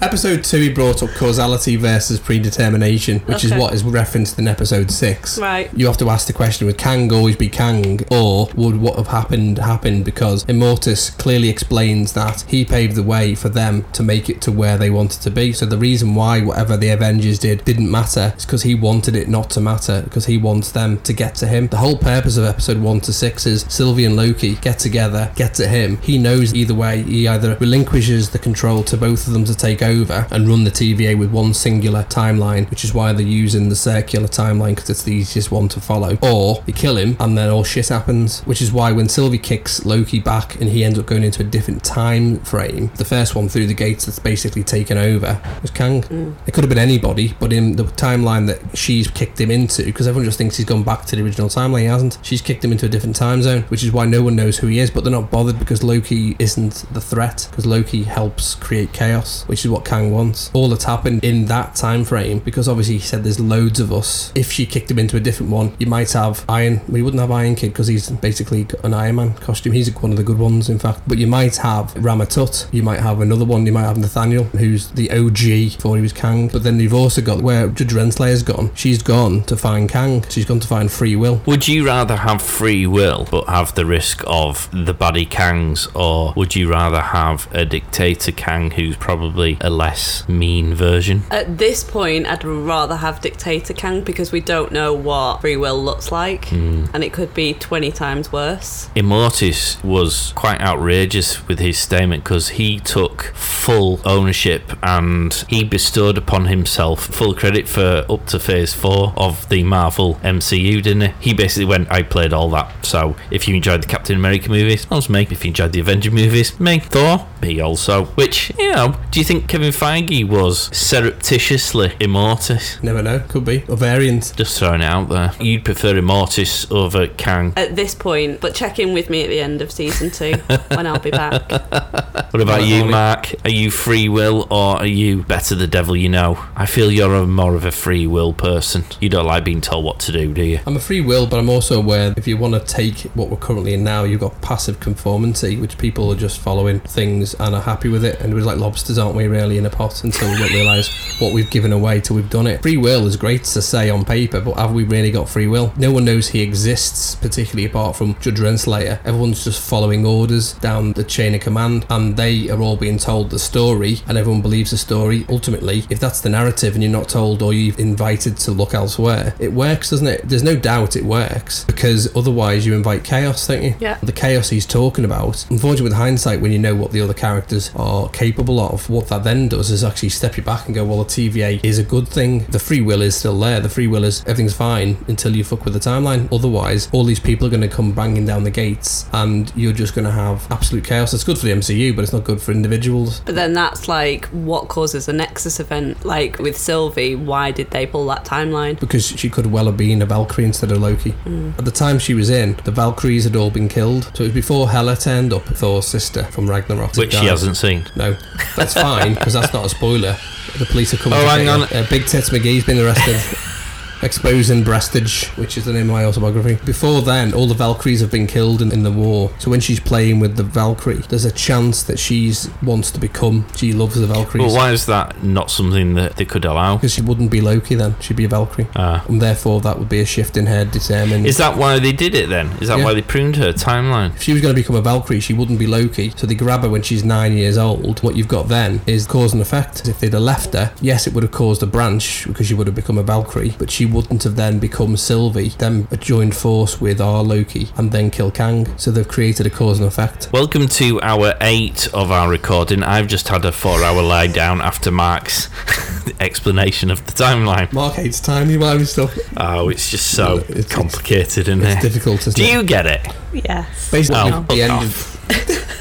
B: Episode two, he brought up causality versus predetermination, which is
D: Okay.
B: what is referenced in episode six.
D: Right.
B: You have to ask the question: Would Kang always be Kang, or would what have happened happen? Because Immortus clearly explains that he paved the way for them to make it to where they wanted to be. So the reason why whatever the Avengers did didn't matter is because he wanted it not to matter. Because he wants them to get to him. The whole purpose of episode one to six is Sylvie and Loki get together, get to him. He knows either way. He either relinquishes the control to both of them to take over and run the TVA with one singular timeline, which is why they're using the circular timeline because it's the easiest one to follow. Or they kill him and then all shit happens, which is why when Sylvie kicks Loki back and he ends up going into a different time frame, the first one through the gates that's basically taken over was Kang. It could have been anybody, but in the timeline that she's kicked him into, because everyone just thinks he's gone back to the original timeline, he hasn't. She's kicked him into a different time zone, which is why no one knows who he is, but they're not bothered because Loki isn't the threat, because Loki helps create chaos, which is what Kang wants. All that's happened in that time frame, because obviously he said there's loads of us. If she kicked him into a different one, you might have Iron. We wouldn't have Iron Kid because he's basically got an Iron Man costume. He's one of the good ones, in fact. But you might have Ramatut. You might have another one. You might have Nathaniel, who's the OG before he was Kang. But then you've also got where Judge Renslayer's gone. She's gone to find Kang. She's gone to find free will.
C: Would you rather have free will but have the risk of the baddie Kangs, or would you rather have a dictator Kang who's probably a less mean version?
D: At this point, I'd rather have Dictator Kang because we don't know what free will looks like, and it could be 20 times worse.
C: Immortus was quite outrageous with his statement because he took full ownership and he bestowed upon himself full credit for up to phase four of the Marvel MCU, didn't he? He basically went, I played all that. So if you enjoyed the Captain America movies, that was me. If you enjoyed the Avenger movies, me. Thor, me also. Which, you know, do you think Kevin Feige was surreptitiously Immortus?
B: Never know. Could be. Or variant.
C: Just throwing it out there. You'd prefer Immortus over Kang.
D: At this point, but check in with me at the end of season two when I'll be back.
C: What about
B: Right,
C: you,
B: Ollie.
C: Mark? Are you free will or are you better the devil you know? I feel you're a more of a free will person. You don't like being told what to do, do you?
B: I'm a free will, but I'm also aware if you want to take what we're currently in now, you've got passive conformity, which people are just following things and are happy with it. And we're like lobsters, aren't we, really, in a pot until we don't [laughs] realise what we've given away till we've done it. Free will is great to say on paper, but have we really got free will? No one knows he exists, particularly apart from Judge Renslayer. Everyone's just following orders down the chain of command, and they are all being told the story, and everyone believes the story. Ultimately, if that's the narrative and you're not told or you've invited to look elsewhere, it works, doesn't it? There's no doubt it works because otherwise you invite chaos, don't you?
D: Yeah.
B: The chaos he's talking about. Unfortunately, with hindsight, when you know what the other characters are capable of, what that then does is actually step you back and go, well, the TVA is a good thing. The free will is still there. The free will is everything's fine until you fuck with the timeline. Otherwise, all these people are going to come banging down the gates and you're just going to have absolute chaos. It's good for the MCU, but it's not good for individuals.
D: But then that's like what causes a Nexus event. Like with Sylvie, why did they pull that timeline?
B: because she could well have been a Valkyrie instead of Loki. At the time she was in, the Valkyries had all been killed, so it was before Hela turned up, Thor's sister from Ragnarok.
C: Which
B: Died.
C: he hasn't seen.
B: No, that's fine because that's not a spoiler. The police are coming.
C: Oh,
B: to
C: hang
B: get
C: on.
B: you. Uh, Big Tits McGee's been arrested. Exposing Breastage, which is the name of my autobiography. Before then, all the Valkyries have been killed in, in the war. So when she's playing with the Valkyrie, there's a chance that she's wants to become. She loves the Valkyries.
C: But why is that not something that they could allow?
B: Because she wouldn't be Loki then, she'd be a Valkyrie.
C: Ah.
B: And therefore, that would be a shift in her determined.
C: Is that why they did it then? Is that
B: Yeah.
C: why they pruned her timeline?
B: if she was going to become a Valkyrie, she wouldn't be Loki. So they grab her when she's nine years old. What you've got then is cause and effect. If they'd have left her, yes, it would have caused a branch because she would have become a Valkyrie, but she wouldn't have then become Sylvie, then joined force with our Loki and then kill Kang. So they've created a cause and effect.
C: Welcome to hour eight of our recording. I've just had a four hour lie down after Mark's [laughs] explanation of the timeline.
B: Mark hates timey wimey stuff.
C: Oh, it's just so
B: It's- it's-
C: complicated, isn't
B: It's
C: it?
B: difficult, isn't
C: Do
B: it?
C: you get it?
D: Yes.
B: Basically,
C: Oh,
B: what, the
C: fuck
B: end of, [laughs]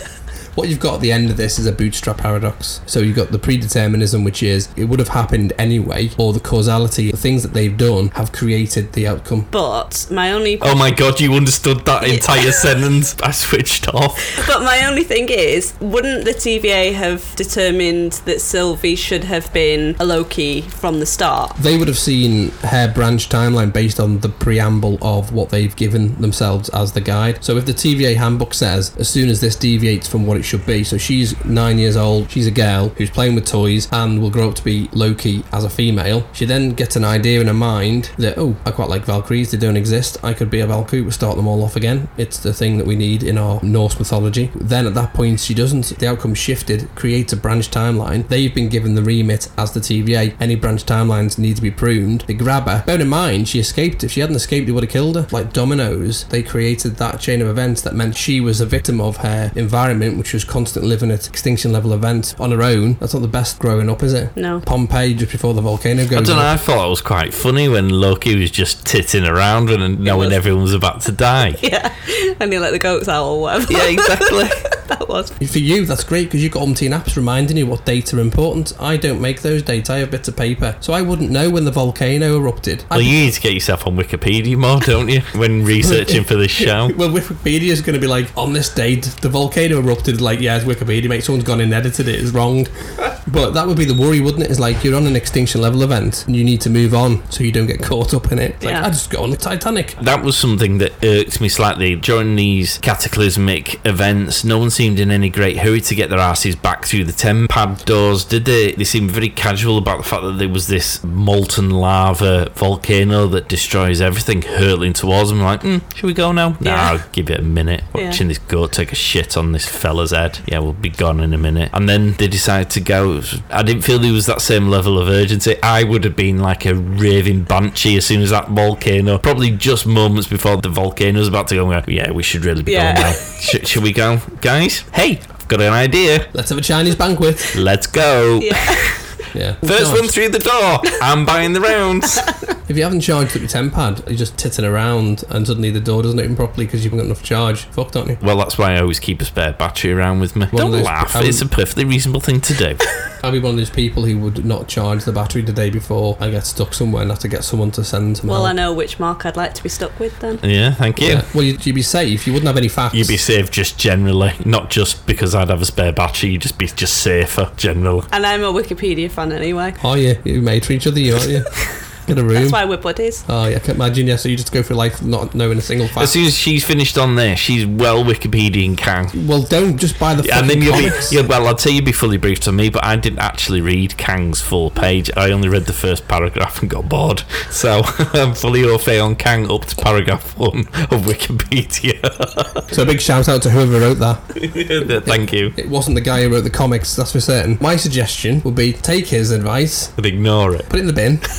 B: what you've got at the end of this is a bootstrap paradox. So you've got the predeterminism, which is it would have happened anyway, or the causality, the things that they've done have created the outcome.
D: But my only
C: Oh my god, you understood that entire sentence. [laughs] I switched off.
D: But my only thing is, wouldn't the TVA have determined that Sylvie should have been a Loki from the start?
B: They would have seen her branch timeline based on the preamble of what they've given themselves as the guide. So if the TVA handbook says, as soon as this deviates from what it should be, so she's nine years old, she's a girl who's playing with toys and will grow up to be Loki as a female, she then gets an idea in her mind that, oh, I quite like Valkyries, they don't exist, I could be a Valkyrie, we'll start them all off again. It's the thing that we need in our Norse mythology. Then at that point, she doesn't. The outcome shifted, creates a branch timeline. They've been given the remit as the TVA. Any branch timelines need to be pruned. They grab her. Bear in mind, she escaped. If she hadn't escaped, they would have killed her. Like dominoes, they created that chain of events that meant she was a victim of her environment, which was constant living at extinction level events on her own. That's not the best growing up, is it?
D: No.
B: Pompeii just before the volcano goes.
C: I don't know,
B: off.
C: I thought it was quite funny when Loki was just titting around and knowing
D: was.
C: everyone was about to [laughs] die.
D: [laughs] Yeah, and they let the goats out or whatever.
C: yeah, exactly.
D: [laughs] that was.
B: For you, that's great because you've got umpteen apps reminding you what dates are important. I don't make those dates. I have bits of paper, so I wouldn't know when the volcano erupted.
C: Well,
B: I-
C: you need to get yourself on Wikipedia more, don't you? When researching for [laughs] this show.
B: well, Wikipedia's going to be like, on this date, the volcano erupted. Like, yeah, it's Wikipedia, mate. Someone's gone and edited it. It's wrong. But that would be the worry, wouldn't it? Is like you're on an extinction level event and you need to move on so you don't get caught up in it. It's like,
D: Yeah.
B: I just got on the Titanic.
C: That was something that irked me slightly. During these cataclysmic events, no one seemed in any great hurry to get their asses back through the ten pad doors, did they? They seemed very casual about the fact that there was this molten lava volcano that destroys everything hurtling towards them. Like, mm, should we go now? Nah,
D: Yeah.
C: I'll give it a minute.
D: Yeah.
C: Watching this goat take a shit on this fella's head. Yeah, we'll be gone in a minute. And then they decided to go. It was- I didn't feel there was that same level of urgency. I would have been like a raving banshee as soon as that volcano, probably just moments before the volcano was about to go. I'm going, Yeah, we should really be
D: Yeah.
C: going
D: [laughs]
C: now. Sh- should we go, guys? Hey, I've got an idea.
B: Let's have a Chinese banquet.
C: Let's go.
D: Yeah,
B: Yeah.
C: [laughs] First
B: Charged.
C: one through the door. I'm buying the rounds. [laughs]
B: If you haven't charged up your ten pad, you're just titting around and suddenly the door doesn't open properly because you haven't got enough charge. Fucked, aren't you?
C: well, that's why I always keep a spare battery around with me.
B: One of
C: Don't
B: those-
C: laugh.
B: um,
C: it's a perfectly reasonable thing to do.
B: I'd be one of those people who would not charge the battery the day before I get stuck somewhere and have to get someone to send them
D: well, I
B: help.
D: know which mark I'd like to be stuck with then.
C: yeah, thank you.
B: Yeah. Well, you'd, you'd be safe. You wouldn't have any facts.
C: You'd be safe just generally, not just because I'd have a spare battery. You'd just be just safer generally.
D: And I'm a Wikipedia fan anyway.
B: Oh yeah, you made for each other, you aren't
D: [laughs]
B: you? In a room.
D: That's why we're buddies.
B: Oh yeah, I can imagine. Yeah, so you just go through life not knowing a single fact.
C: As soon as she's finished on there, she's well Wikipedian Kang.
B: well, don't just buy the.
C: And
B: fucking
C: then you'll be,
B: comics.
C: you'll, well, I'll tell you, be fully briefed on me, but I didn't actually read Kang's full page. I only read the first paragraph and got bored. So [laughs] I'm fully au fait on Kang up to paragraph one of Wikipedia. [laughs]
B: So a big shout out to whoever wrote that.
C: Thank you.
B: It wasn't the guy who wrote the comics, that's for certain. My suggestion would be take his advice,
C: And ignore it.
B: put it in the bin,
D: [laughs]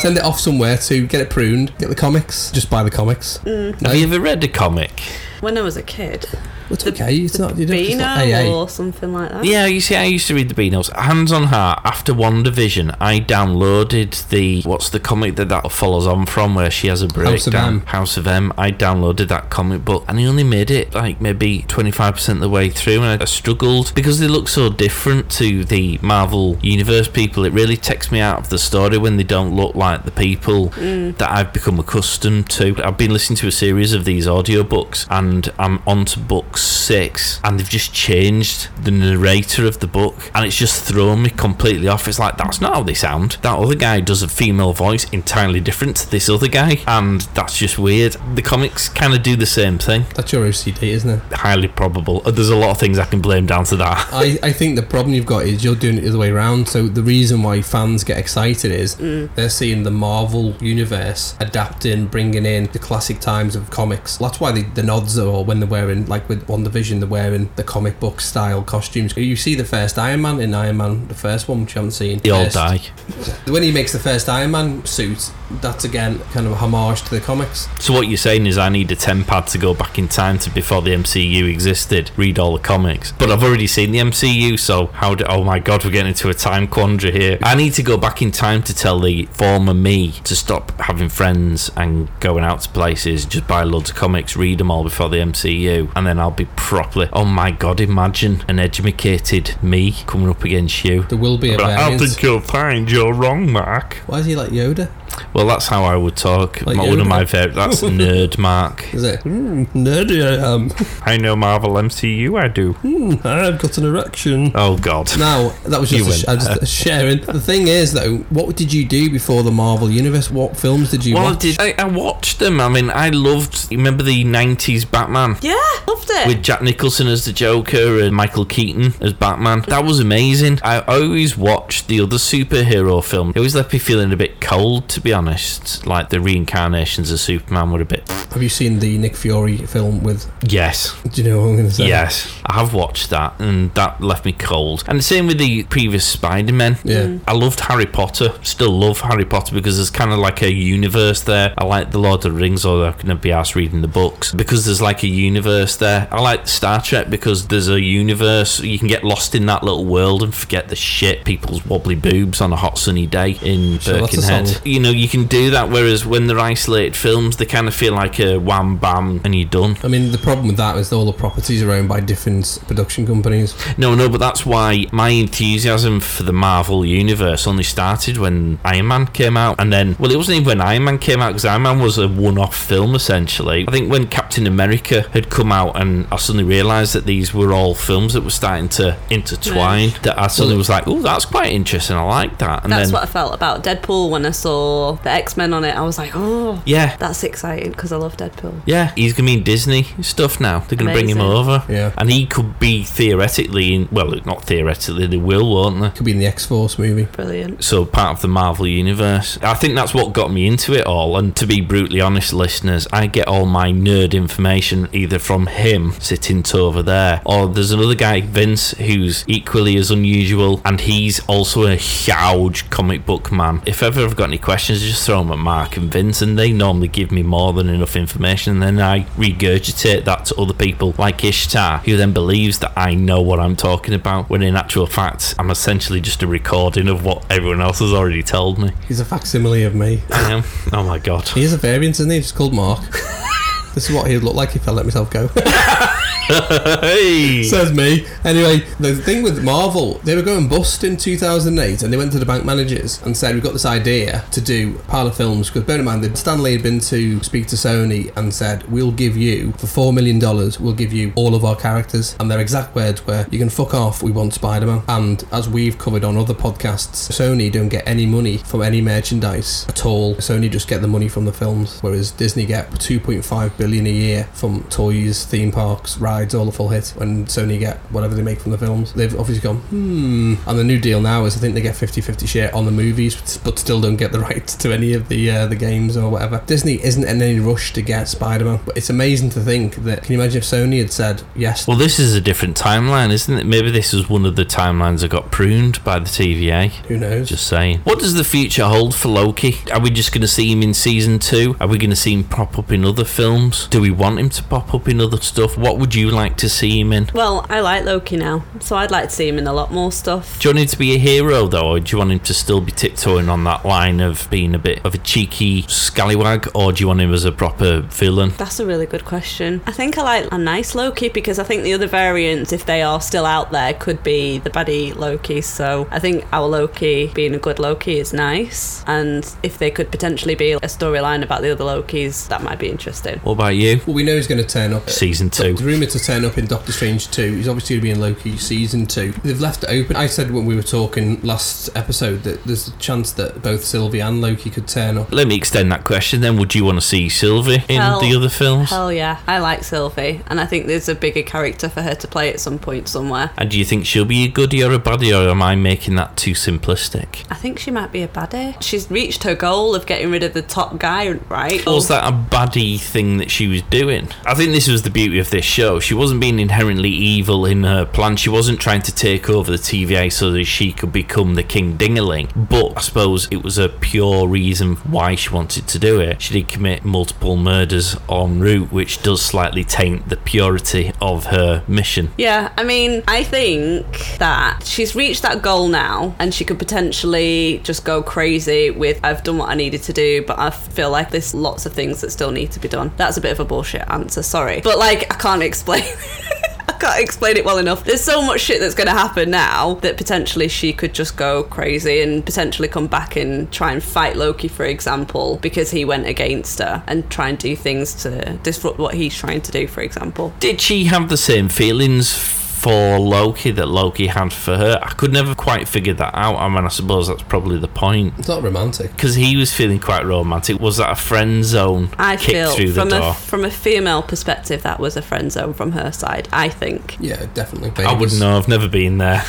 B: send it off somewhere to get it pruned, get the comics, just buy the comics.
D: Mm.
C: Have you ever read a comic?
D: When I was a kid,
B: It's okay. It's
C: Oh,
B: not. You don't. It's not
D: Beano
B: AA.
D: or something like that.
C: Yeah, you see, I used to read the Beatles. Hands on Heart, after One Division, I downloaded the what's the comic that that follows on from, where she has a breakdown.
B: House of M.
C: House of M. I downloaded that comic book, and I only made it like maybe twenty five percent of the way through, and I, I struggled because they look so different to the Marvel Universe people. It really takes me out of the story when they don't look like the people that I've become accustomed to. I've been listening to a series of these audiobooks, and I'm on to book six, and they've just changed the narrator of the book, and it's just thrown me completely off. It's like, that's not how they sound. That other guy does a female voice entirely different to this other guy, and that's just weird. The comics kind of do the same thing.
B: That's your OCD, isn't it?
C: Highly probable. Uh, There's a lot of things I can blame down to that.
B: I, I think the problem you've got is you're doing it the other way around. So the reason why fans get excited is they're seeing the Marvel universe adapting, bringing in the classic times of comics. That's why the, the nods are when they're wearing, like with One Division, they're wearing the comic book style costumes. You see the first Iron Man in Iron Man, the first one, which you haven't seen.
C: They all
B: First-
C: die.
B: when he makes the first Iron Man suit, that's again kind of a homage to the comics.
C: So what you're saying is I need a ten pad to go back in time to before the MCU existed, read all the comics. But I've already seen the MCU, so how do oh my god, we're getting into a time quandary here. I need to go back in time to tell the former me to stop having friends and going out to places, just buy loads of comics, read them all before the MCU, and then I'll be properly oh my god, imagine an educated me coming up against you.
B: There will be a
C: But I
B: variant.
C: think you'll find you're wrong, Mark.
B: Why is he like Yoda?
C: Well, that's how I would talk.
B: Like
C: My- one
B: Yoda?
C: of my favorite. That's nerd, Mark.
B: Is it? Mm, nerdy I am.
C: Hmm, I know Marvel MCU. I do.
B: Mm, I've got an erection.
C: Oh God.
B: Now that was
C: You
B: just, a sh- I was just sharing. The thing is, though, what did you do before the Marvel Universe? What films did you
C: Well, I
B: watch?
C: did. I, I watched them. I mean, I loved. you Remember the '90s Batman
D: Yeah, loved it.
C: with Jack Nicholson as the Joker and Michael Keaton as Batman? That was amazing. I always watched the other superhero film. It always left me feeling a bit cold, to be honest. Like the reincarnations of Superman were a bit.
B: Have you seen the Nick Fury film with?
C: Yes,
B: Do you know what I'm going to say?
C: yes, I have watched that, and that left me cold. And the same with the previous Spider-Man.
B: Yeah. Mm.
C: I loved Harry Potter. Still love Harry Potter because there's kind of like a universe there. I like the Lord of the Rings, although I couldn't be asked reading the books because there's like a universe there. I like Star Trek because there's a universe you can get lost in that little world and forget the shit people's wobbly boobs on a hot sunny day in
B: Sure, that's a
C: Birkenhead
B: solid.
C: you know you can do that whereas when they're isolated films they kind of feel like a wham bam and you're done
B: I mean, the problem with that is all the properties are owned by different production companies.
C: No, no, but that's why my enthusiasm for the Marvel universe only started when Iron Man came out, and then well, it wasn't even when Iron Man came out because Iron Man was a one-off film essentially. I think when Captain America had come out, and I suddenly realised that these were all films that were starting to intertwine. That I suddenly was like, oh, that's quite interesting. I like that. And
D: That's
C: then
D: what I felt about Deadpool when I saw the X Men on it. I was like, oh,
C: yeah.
D: that's exciting because I love Deadpool.
C: Yeah, he's gonna be in Disney stuff now. They're gonna bring him
D: Amazing.
C: over,
B: Yeah.
C: and he could be theoretically in. Well, not theoretically, they will, won't they?
B: Could be in the X Force movie.
D: Brilliant.
C: so part of the Marvel universe. I think that's what got me into it all. And to be brutally honest, listeners, I get all my nerd information either from him sitting to over there, or there's another guy, Vince, who's equally as unusual, and he's also a huge comic book man. If ever I've got any questions, just throw them at Mark and Vince, and they normally give me more than enough information. And then I regurgitate that to other people, like Ishtar, who then believes that I know what I'm talking about, when in actual fact, I'm essentially just a recording of what everyone else has already told me.
B: He's a facsimile of me.
C: I am. [laughs] Oh my god.
B: He is a variant, isn't he? He's called Mark. [laughs] this is what he'd look like if I let myself go.
C: Hey!
B: Says me. Anyway, the thing with Marvel, they were going bust in 2008 and they went to the bank managers and said, We've got this idea to do a pile of films. Because bear in mind, that Stanley had been to speak to Sony and said, We'll give you, for $4 million, we'll give you all of our characters. And their exact words were, You can fuck off, we want Spider Man. And as we've covered on other podcasts, Sony don't get any money from any merchandise at all. Sony just get the money from the films, whereas Disney get 2.5 billion a year from toys, theme parks, rides, all the full hit. And Sony get whatever they make from the films. They've obviously gone hmm. And the new deal now is I think they get 50-50 share on the movies, but still don't get the [laughs] rights to any of the uh, the games or whatever. Disney isn't in any rush to get Spider-Man, but it's amazing to think that. Can you imagine if Sony had said yes?
C: Well, this is a different timeline, isn't it? Maybe this is one of the timelines that got pruned by the TVA.
B: Who knows?
C: Just saying. What does the future hold for Loki? Are we just going to see him in season two? Are we going to see him pop up in other films? Do we want him to pop up in other stuff? What would you like to see him in?
D: Well, I like Loki now, so I'd like to see him in a lot more stuff.
C: Do you want him to be a hero though, or do you want him to still be tiptoeing on that line of being a bit of a cheeky scallywag, or do you want him as a proper villain?
D: That's a really good question. I think I like a nice Loki because I think the other variants, if they are still out there, could be the baddie Loki. So I think our Loki being a good Loki is nice. And if they could potentially be a storyline about the other Lokis, that might be interesting.
C: What about you?
B: Well, we know he's going to turn up.
C: Season two.
B: He's rumoured to turn up in Doctor Strange 2. He's obviously going to be in Loki season 2. They've left it open. I said when we were talking last episode that there's a chance that both Sylvie and Loki could turn up.
C: Let me extend that question then. Would you want to see Sylvie in
D: Hell-
C: the other films?
D: Hell yeah, I like Sylvie, and I think there's a bigger character for her to play at some point somewhere.
C: And do you think she'll be a goodie or a baddie, or am I making that too simplistic?
D: I think she might be a baddie. She's reached her goal of getting rid of the top guy, right?
C: Was that a baddie thing that she was doing? I think this was the beauty of this show. she wasn't being inherently evil in her plan. She wasn't trying to take over the TVA so that she could become the King Dingaling. But I suppose it was a pure reason why she wanted to do it. She did commit multiple murders en route, which does slightly taint the purity of her mission.
D: Yeah, I mean, I think that she's reached that goal now and she could potentially just go crazy with I've done what I needed to do, but I feel like there's lots of things that still need to be done. That's a bit of a bullshit answer, sorry. But like I can't explain [laughs] I can't explain it well enough. There's so much shit that's going to happen now that potentially she could just go crazy and potentially come back and try and fight Loki, for example, because he went against her and try and do things to disrupt what he's trying to do, for example.
C: Did she have the same feelings? For Loki, that Loki had for her, I could never quite figure that out. I mean, I suppose that's probably the point.
B: It's not romantic.
C: because he was feeling quite romantic. Was that a friend zone
D: I
C: kick
D: feel
C: through the
D: from a
C: door?
D: from a female perspective that was a friend zone from her side. I think.
B: Yeah, definitely.
C: I wouldn't know. I've never been
D: [laughs]
C: there.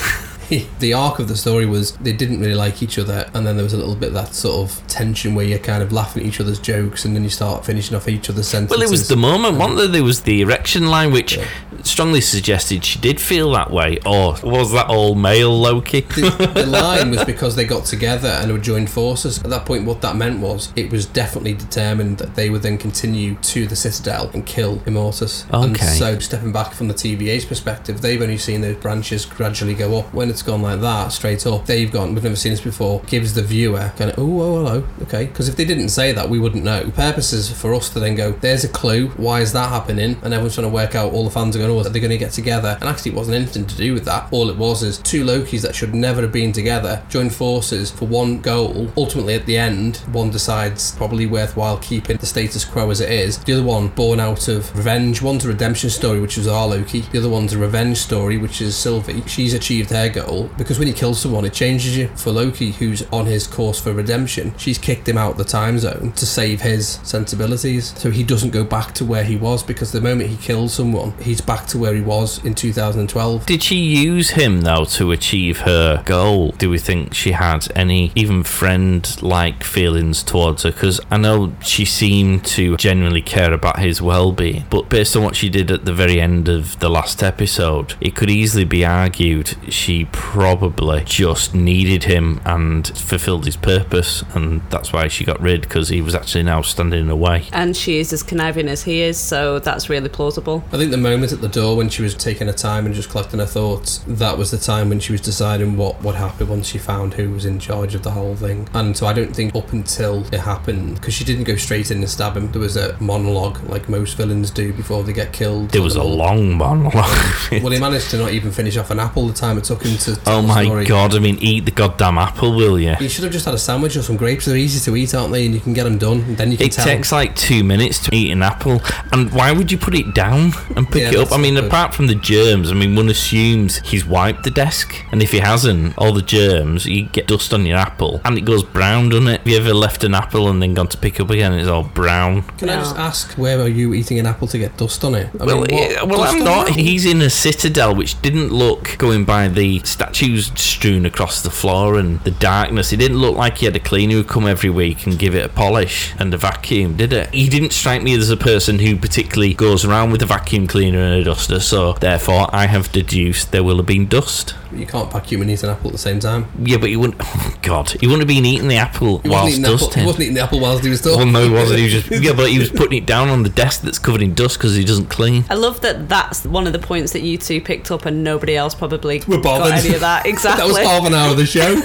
B: [laughs] the arc of the story was they didn't really like each other, and then there was a little bit of that sort of tension where you're kind of laughing at each other's jokes, and then you start finishing off each other's sentences.
C: well, it was the moment, wasn't there? There was the erection line, which strongly suggested she did feel that way, or was that all male Loki?
B: the, the line was because they got together and would join forces. At that point, what that meant was it was definitely determined that they would then continue to the Citadel and kill Immortus. And
C: Okay.
B: so, stepping back from the TVA's perspective, they've only seen those branches gradually go up. When it's gone like that, straight up, they've gone, we've never seen this before, gives the viewer kind of, oh, oh, hello, okay. Because if they didn't say that, we wouldn't know. The purpose is for us to then go, there's a clue, why is that happening? And everyone's trying to work out, all the fans are going, oh, are they going to get together? And actually, it wasn't anything to do with that. All it was is two Lokis that should never have been together join forces for one goal. Ultimately, at the end, one decides probably worthwhile keeping the status quo as it is. The other one, born out of revenge. One's a redemption story, which is our Loki. The other one's a revenge story, which is Sylvie. She's achieved her goal because when you kill someone, it changes you. For Loki, who's on his course for redemption, she's kicked him out the time zone to save his sensibilities. So he doesn't go back to where he was because the moment he kills someone, he's back to where he was in 2012.
C: Did she use him though to achieve her goal? Do we think she had any even friend like feelings towards her? Because I know she seemed to genuinely care about his well being, but based on what she did at the very end of the last episode, it could easily be argued she probably just needed him and fulfilled his purpose, and that's why she got rid because he was actually now standing in the way.
D: And she is as conniving as he is, so that's really plausible.
B: I think the moment at the door when she was taking her time and just collecting her thoughts, that was the time when she was deciding what would happen once she found who was in charge of the whole thing. And so I don't think up until it happened, because she didn't go straight in and stab him, there was a monologue like most villains do before they get killed.
C: There was a long monologue. [laughs]
B: Well, he managed to not even finish off an apple the time it took him to. tell
C: Oh
B: the
C: my
B: story.
C: god, I mean, eat the goddamn apple, will you?
B: You should have just had a sandwich or some grapes. They're easy to eat, aren't they? And you can get them done. And then you can
C: It
B: tell.
C: takes like two minutes to eat an apple, and why would you put it down and pick
B: Yeah,
C: it up? I
B: that's
C: mean,
B: not good.
C: apart from the germs, I mean, one assumes he's wiped the desk, and if he hasn't, all the germs, you get dust on your apple, and it goes brown, doesn't it? Have you ever left an apple and then gone to pick up again, and it's all brown?
B: can I
D: No.
B: just ask, where are you eating an apple to get dust on it? I
C: Well,
B: mean,
C: yeah,
B: what
C: well,
B: dust
C: I'm
B: on
C: not.
B: an apple?
C: He's in a citadel, which didn't look going by the statues strewn across the floor and the darkness. It didn't look like he had a cleaner who come every week and give it a polish and a vacuum, did it? He didn't strike me as a person who particularly goes around with a vacuum cleaner and a duster. So therefore, I have deduced there will have been dust.
B: You can't vacuum and eat an apple at the same time.
C: Yeah, but he wouldn't. [laughs] oh, God, he wouldn't have been eating the apple
B: He wasn't
C: whilst
B: eating apple, he
C: dusting.
B: wasn't eating the apple whilst he was
C: Well,
B: talking.
C: no, he wasn't. He was just yeah, but he
B: [laughs]
C: was putting it down on the desk that's covered in dust because he doesn't clean.
D: I love that that's one of the points that you two picked up and nobody else probably
B: We're bothered.
D: got any of
B: [laughs]
D: that.
B: that was
D: Exactly.
B: half an hour of the show.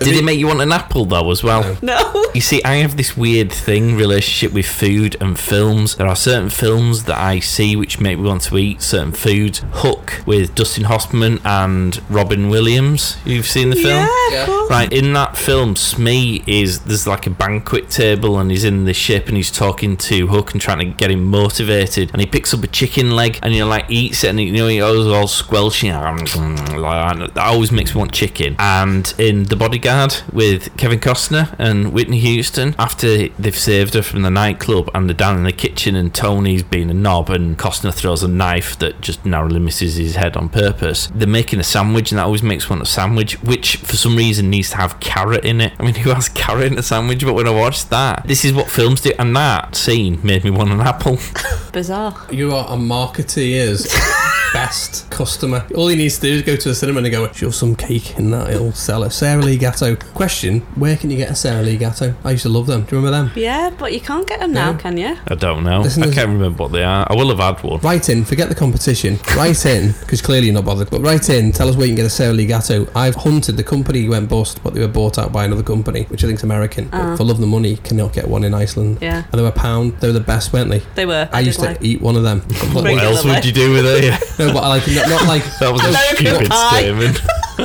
C: Did it make you want an apple though as well?
D: [laughs] no.
C: You see, I have this weird thing relationship with food and films. There are certain films that I see which make me want to eat certain foods. Hook with Dustin Hoffman and Robin Williams. You've seen the film?
D: Yeah,
B: Yeah.
D: of course.
C: Right, in that film, Smee is there's like a banquet table and he's in the ship and he's talking to Hook and trying to get him motivated. And he picks up a chicken leg and he like eats it and he, you know he always all squelching. Like, that always makes me want chicken. And in The Bodyguard, Guard with Kevin Costner and Whitney Houston after they've saved her from the nightclub and they're down in the kitchen and Tony's being a knob and Costner throws a knife that just narrowly misses his head on purpose. They're making a sandwich and that always makes one a sandwich, which for some reason needs to have carrot in it. I mean, [laughs] who has carrot in a sandwich? But when I watched that, this is what films do, and that scene made me want an apple. [laughs]
D: Bizarre.
B: You are a marketeer's best customer. All he needs to do is go to a cinema and go, shove some cake in that, it'll sell it. Sara Lee Gatto. Question, where can you get a Sara Lee Gatto? I used to love them. Do you remember them?
D: Yeah, but you can't get them now,
B: No.
D: can you?
C: I don't know.
B: Listen,
C: I
B: there's-
C: can't remember what they are. I will have had one.
B: Write in, forget the competition. Write in, because clearly you're not bothered, but write in, tell us where you can get a Sara Lee Gatto. I've hunted the company who went bust, but they were bought out by another company, which I think's American. But for love of the money, you cannot get one in Iceland.
D: Ah. Yeah.
B: And they were a pound, they were the best, weren't they?
D: They were.
B: I,
D: did
B: used to
D: like-
B: eat one of them.
C: What
D: Regular
C: else would
D: life.
C: you do with it?
B: no, but I like, not, not like. [laughs]
C: That was a
D: American
C: stupid [laughs]
D: Pie.
C: statement.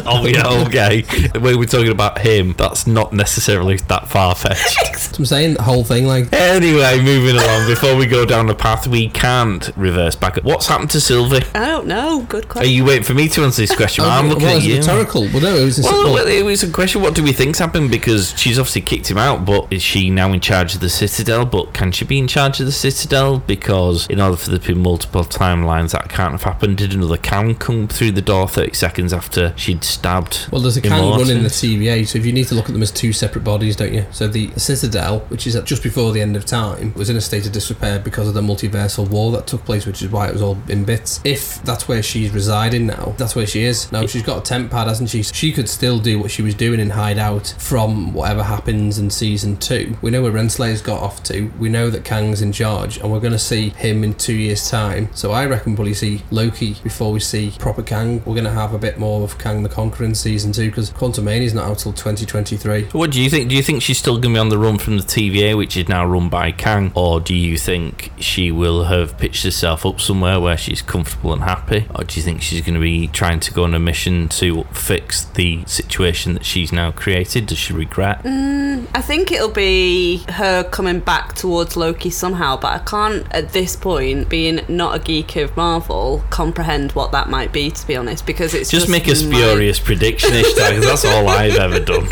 C: oh yeah, okay. When we're talking about him, that's not necessarily that far [laughs] fetched.
B: That's what I'm saying, the whole thing, like.
C: anyway, moving along. Before we go down the path, we can't reverse back. What's happened to Sylvie?
D: I don't know. Good
C: Are
D: question.
C: you waiting for me to answer this question? I'm looking
B: Um, well,
C: at
B: it's
C: you.
B: rhetorical. Well, no, it was a
C: Well,
B: well,
C: well, it was a question. What do we think's happened? Because she's obviously kicked him out, but is she now in charge of the Citadel? But can she be in charge of the Citadel? Because in order for there to be multiple timelines, that can't have happened. Did another can come through the door 30 seconds after she'd stabbed?
B: Well, there's a
C: Immortan?
B: can run in the TVA, so if you need to look at them as two separate bodies, don't you? So the Citadel, which is at just before the end of time, was in a state of disrepair because of the multiversal war that took place, which is why it was all in bits. If that's where she's residing now, that's where she is. Now she's got a temp pad, hasn't she? She could still do what she was doing in Hideout from whatever happens in season two. We know where Renslayer's got off to. We know that Kang's in charge, and we're going to see him in two years' time. So I reckon we'll probably see Loki before we see proper Kang. We're going to have a bit more of Kang the Conqueror in season two because Quantumania's not out till 2023.
C: What do you think? Do you think she's still going to be on the run from the TVA, which is now run by Kang, or do you think she will have pitched herself up somewhere where she's comfortable and happy, or do you think she's going to be trying to go on a mission to fix the situation that she's now created? Does she regret?
D: I think it'll be her coming back towards Loki somehow, but I can't at this point, being not a geek of Marvel, comprehend what that might be. To be honest, because it's
C: Just
D: just,
C: make a
D: my-
C: spurious prediction each time, 'cause that's all I've ever done.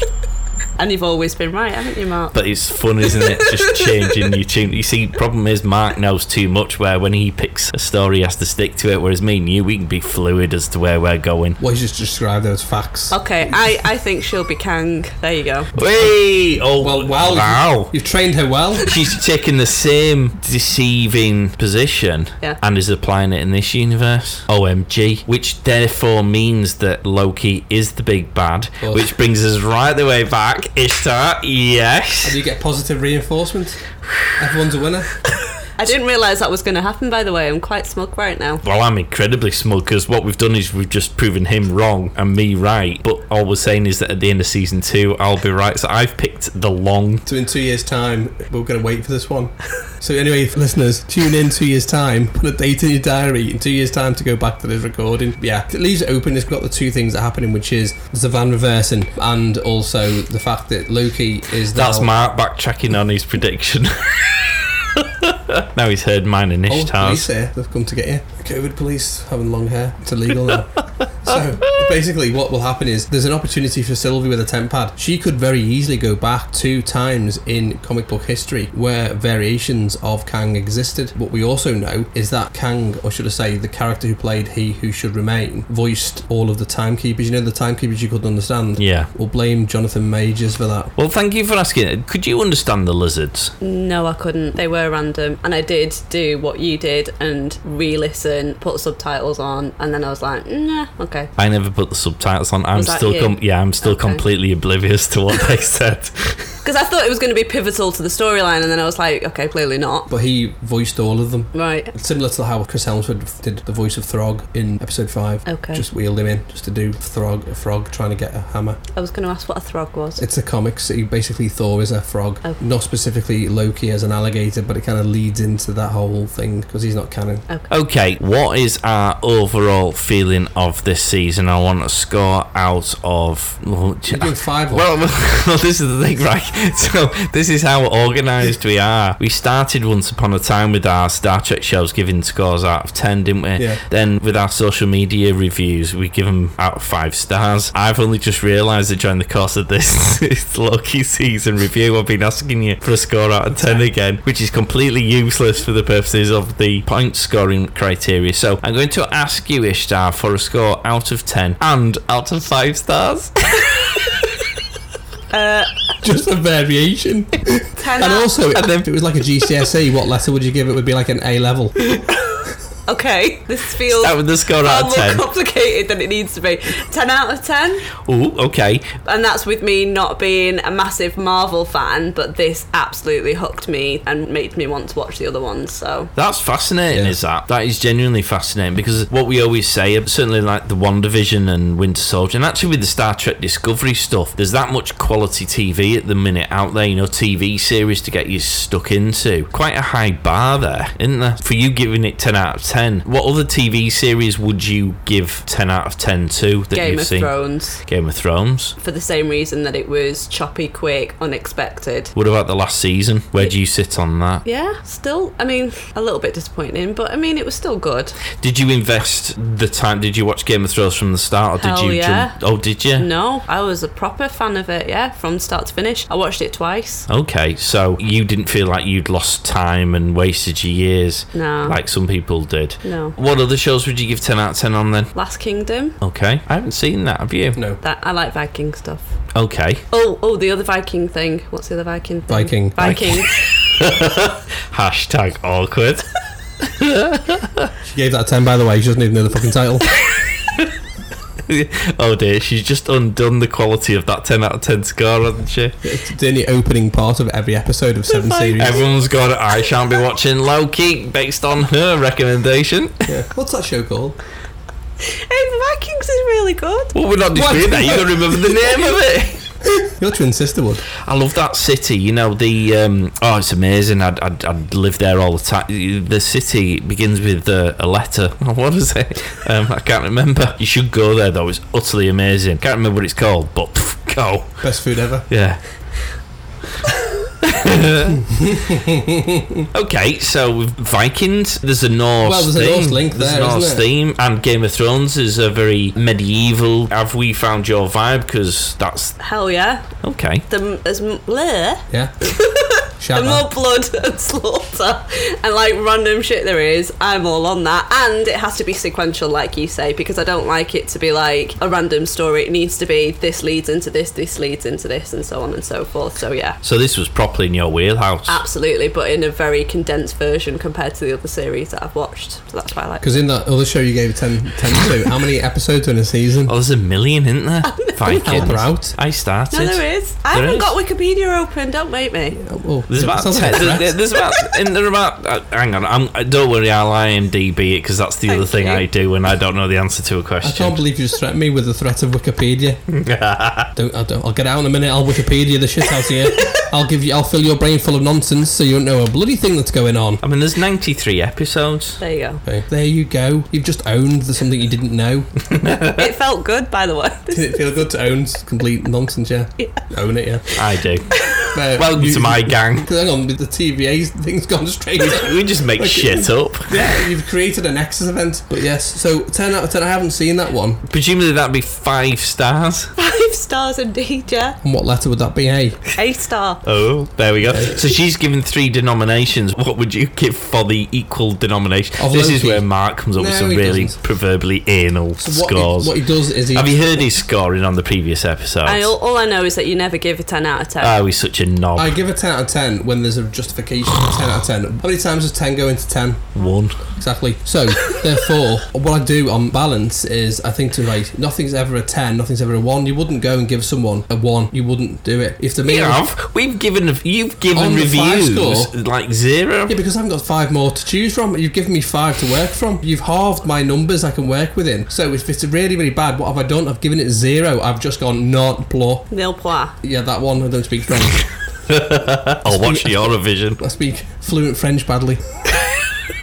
D: and you've always been right, haven't you, Mark?
C: But it's fun, isn't it? Just changing your tune. You see, problem is Mark knows too much. Where when he picks a story, he has to stick to it. Whereas me and you, we can be fluid as to where we're going.
B: What he's just described those facts.
D: okay, I, I think she'll be Kang. There you go.
C: Hey! Oh,
B: Well, well,
C: wow.
B: You've trained her well.
C: She's taking the same deceiving position
D: Yeah.
C: and is applying it in this universe. OMG. Which therefore means that Loki is the big bad,
B: course.
C: which brings us right the way back. Ishtar, yes.
B: Do you get positive reinforcement? Everyone's a winner.
D: I didn't realise that was going to happen. By the way, I'm quite smug right now.
C: Well, I'm incredibly smug because what we've done is we've just proven him wrong and me right. But all we're saying is that at the end of season two, I'll be right. So I've picked the long
B: So in two years' time, we're going to wait for this one. So anyway, listeners, tune in two years' time. Put a date in your diary in two years' time to go back to this recording. Yeah, it leaves it open. It's got the two things that are happening, which is the van reversing and also the fact that Loki is now-
C: That's Mark backtracking on his prediction. [laughs] now he's heard mine and
B: Oh, police
C: Ishtar's.
B: here. They've come to get you. COVID police having long hair. It's illegal now. so basically, what will happen is there's an opportunity for Sylvie with a temp pad. She could very easily go back two times in comic book history where variations of Kang existed. What we also know is that Kang, or should I say, the character who played He Who Should Remain, voiced all of the timekeepers. You know, the timekeepers you couldn't understand.
C: Yeah.
B: We'll blame Jonathan Majors for that.
C: Well, thank you for asking. Could you understand the lizards?
D: No, I couldn't. They were random, and I did do what you did and re-listen, put subtitles on, and then I was like, nah, okay.
C: I never put the subtitles on. I'm
D: Was that
C: still,
D: you?
C: com- yeah, I'm still completely oblivious to what they [laughs] said.
D: Because I thought it was going to be pivotal to the storyline, and then I was like, okay, clearly not.
B: But he voiced all of them.
D: Right.
B: Similar to how Chris Helmsford did the voice of Throg in episode five.
D: Okay.
B: Just wheeled him in just to do Throg, a frog trying to get a hammer.
D: I was going to ask what a throg was. [laughs]
B: It's a comic, so you- basically Thor is a frog.
D: Okay.
B: Not specifically Loki as an alligator, but it kind of leads into that whole thing because he's not canon.
C: okay, what is our overall feeling of this season? I want a score out of.
B: You're doing five or
C: [laughs] Well, well, this is the thing, right? [laughs] so this is how organised we are. We started once upon a time with our Star Trek shows giving scores out of ten, didn't we?
B: Yeah.
C: Then with our social media reviews, we give them out of five stars. I've only just realised that during the course of this, [laughs] this lucky season review, I've been asking you for a score out of ten again, which is completely useless for the purposes of the point scoring criteria. So I'm going to ask you, Ishtar, for a score out of ten and out of five stars.
B: [laughs] Just a variation.
D: Ten
B: And
D: out-
B: also, if it was like a GCSE, E. what letter would you give it? Would be like an A level.
D: okay, this feels
C: That was the
D: [laughs]
C: score
D: far
C: out
D: more
C: of ten.
D: complicated than it needs to be. Ten out of ten,
C: Ooh, okay.
D: and that's with me not being a massive Marvel fan, but this absolutely hooked me and made me want to watch the other ones. So
C: That's fascinating,
B: Yeah.
C: is that? That is genuinely fascinating because what we always say, certainly like the WandaVision and Winter Soldier, and actually with the Star Trek Discovery stuff, there's that much quality TV at the minute out there, you know, TV series to get you stuck into. Quite a high bar there, isn't there? For you giving it 10 out of 10, what other TV series would you give 10 out of 10 to that
D: Game
C: you've
D: of
C: seen?
D: Thrones,
C: Game of Thrones.
D: for the same reason that it was choppy, quick, unexpected.
C: What about the last season? Where do you sit on that?
D: Yeah, still, I mean, a little bit disappointing, but I mean, it was still good.
C: Did you invest the time? Did you watch Game of Thrones from the start, or did
D: Hell
C: you
D: yeah.
C: jump? Oh, did you?
D: No, I was a proper fan of it, yeah, from start to finish. I watched it twice.
C: Okay, so you didn't feel like you'd lost time and wasted your years
D: No.
C: like some people did.
D: No.
C: What other shows would you give 10 out of 10 on then?
D: Last Kingdom,
C: Okay. I haven't seen that, have you?
B: No.
D: that I like Viking stuff.
C: Okay.
D: Oh, oh, the other Viking thing. What's the other Viking thing?
B: Viking.
D: Viking.
C: Hashtag awkward. [laughs]
B: She gave that a 10, by the way. She doesn't even know the fucking title.
C: oh dear, she's just undone the quality of that 10 out of 10 score, hasn't she?
B: it's in the opening part of every episode of Seven Series.
C: Everyone's gone, I shan't be watching Loki based on her recommendation.
B: Yeah. What's that show called?
D: [laughs] hey, the Vikings is really good.
C: Well, we're not disputing that. You've got to remember the name of it.
B: Your twin sister would.
C: I love that city. You know the um, oh, it's amazing. I'd, I'd I'd live there all the time. The city begins with uh, a letter. [laughs] Oh, What is it? Um, I can't remember. You should go there though. It's utterly amazing. Can't remember what it's called, but pff, go.
B: Best food ever.
C: Yeah. [laughs] okay, so with Vikings, there's a Norse.
B: Well, there's a
C: theme.
B: Norse link
C: There's a
B: there, isn't
C: Norse
B: there?
C: theme, and Game of Thrones is a very medieval. Have we found your vibe? Because that's
D: Hell yeah.
C: okay.
D: The, there's m- bleh.
C: [laughs]
B: Yeah.
D: The
B: Shout
D: more
B: out.
D: blood [laughs] and slaughter and like random shit there is, I'm all on that. And it has to be sequential, like you say, because I don't like it to be like a random story. It needs to be this leads into this, this leads into this, and so on and so forth. So yeah.
C: So this was properly in your wheelhouse.
D: Absolutely, but in a very condensed version compared to the other series that I've watched. So that's why I like.
B: Because in that other show you gave 10, 10 to, how many episodes in a season?
C: Oh, there's a million, isn't
D: [laughs]
C: there?
B: Help
C: Vikings.
B: her out.
C: I started.
D: No, there is. I
C: There
D: haven't
C: is.
D: got Wikipedia open. Don't make me.
B: Oh,
C: There's about,
B: sounds like a
C: ten,
B: threat.
C: there's, there's about, and there are about. Uh, hang on, I'm, uh, don't worry, I'll IMDb it because that's the
D: Thank
C: other thing
D: you.
C: I do when I don't know the answer to a
B: I
C: question.
B: can't believe you just threatened me with the threat of
C: [laughs]
B: Wikipedia. don't, I don't, I'll get out in a minute. I'll Wikipedia the shit out of you. I'll give you. I'll fill your brain full of nonsense so you don't know a bloody thing that's going on.
C: I mean, there's 93 episodes.
D: There you
C: [laughs]
D: go.
B: Okay, There you go. You've just owned the, something you didn't know. [laughs]
D: It felt good, by the way. [laughs] This-
B: Did it feel good to own s- complete nonsense? Yeah, own it. Yeah. [laughs]
C: I do.
B: Uh,
C: Welcome
B: you-
C: to my gang.
B: [laughs] Hang on, the TVA thing's gone straight. [laughs]
C: We just make shit up.
B: yeah, you've created a Nexus event. But yes, so ten out of ten. I haven't seen that one.
C: Presumably that'd be five stars.
D: Five stars indeed, yeah.
B: And what letter would that be? A.
D: A star.
C: Oh, there we go. So she's given three denominations. What would you give for the equal denomination?
B: Of
C: this is
B: Loki.
C: where Mark comes up with
B: No,
C: some
B: he
C: really
B: doesn't.
C: proverbially anal
B: What he-
C: scores.
B: what he does is he
C: Have you heard his scoring on the previous episode?
D: I, all, all I know is that you never give a 10 out of 10.
C: Oh, he's such a knob.
B: I give a 10 out of 10 when there's a justification for 10 out of 10. How many times does 10 go into 10?
C: One.
B: Exactly.
C: [laughs]
B: So, therefore, what I do on balance is I think to like, nothing's ever a 10, nothing's ever a 1. You wouldn't go and give someone a 1. You wouldn't do it. If the
C: We
B: meal.
C: have. We've given. You've given
B: On the five
C: reviews
B: score?
C: like zero.
B: Yeah, because I haven't got five more to choose from. You've given me five to work from. You've halved my numbers I can work within. So if it's really, really bad, what have I done? I've given it zero. I've just gone not blah.
D: Nil pois.
B: Yeah, that one. I don't speak French.
C: I'll watch Eurovision.
B: I speak fluent French badly. [laughs]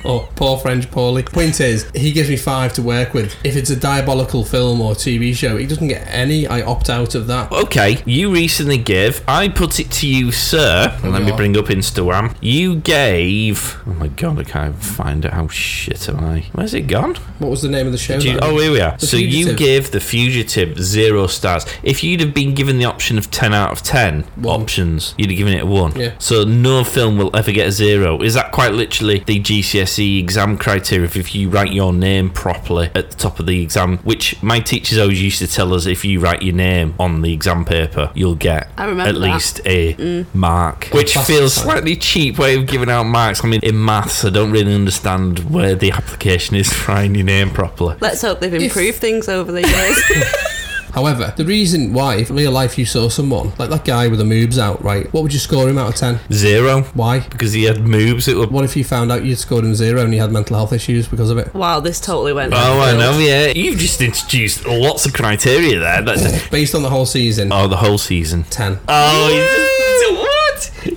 B: or poor French Paulie. Point is, he gives me five to work with. If it's a diabolical film or TV show, he doesn't get any. I opt out of that.
C: Okay, you recently gave. I put it to you, sir. and let me
B: God.
C: bring up Instagram. You gave. Oh my god, I can't find it. How shit am I? Where's it gone?
B: What was the name of the show?
C: Do you-
B: that I-
C: oh, here we are.
B: The
C: so you
B: Fugitive.
C: gave The Fugitive zero stars. If you'd have been given the option of 10 out of 10
B: One.
C: options, you'd have given it a 1.
B: Yeah.
C: So no film will ever get a zero. Is that quite literally the GCSE E exam criteria? If, if you write your name properly at the top of the exam, which my teachers always used to tell us if you write your name on the exam paper, you'll get
D: I remember
C: at
D: that. Mm.
C: least a mark, which
B: Fantastic.
C: feels slightly cheap way of giving out marks. I mean, in maths, I don't really understand where the application is [laughs] for writing your name properly.
D: Let's hope they've improved things over the
C: [laughs]
D: years.
B: However, the reason why, if in real life you saw someone, like that guy with the moobs out, right, what would you score him out of 10?
C: Zero.
B: Why?
C: Because he had moves that were.
B: What if you found out you'd scored him zero and you had mental health issues because of it?
D: wow, this totally went.
C: Oh, I know, yeah. You've just introduced lots of criteria there. That's,
B: Based on the whole season,
C: oh, the whole season.
B: 10.
C: Oh, he's just, what?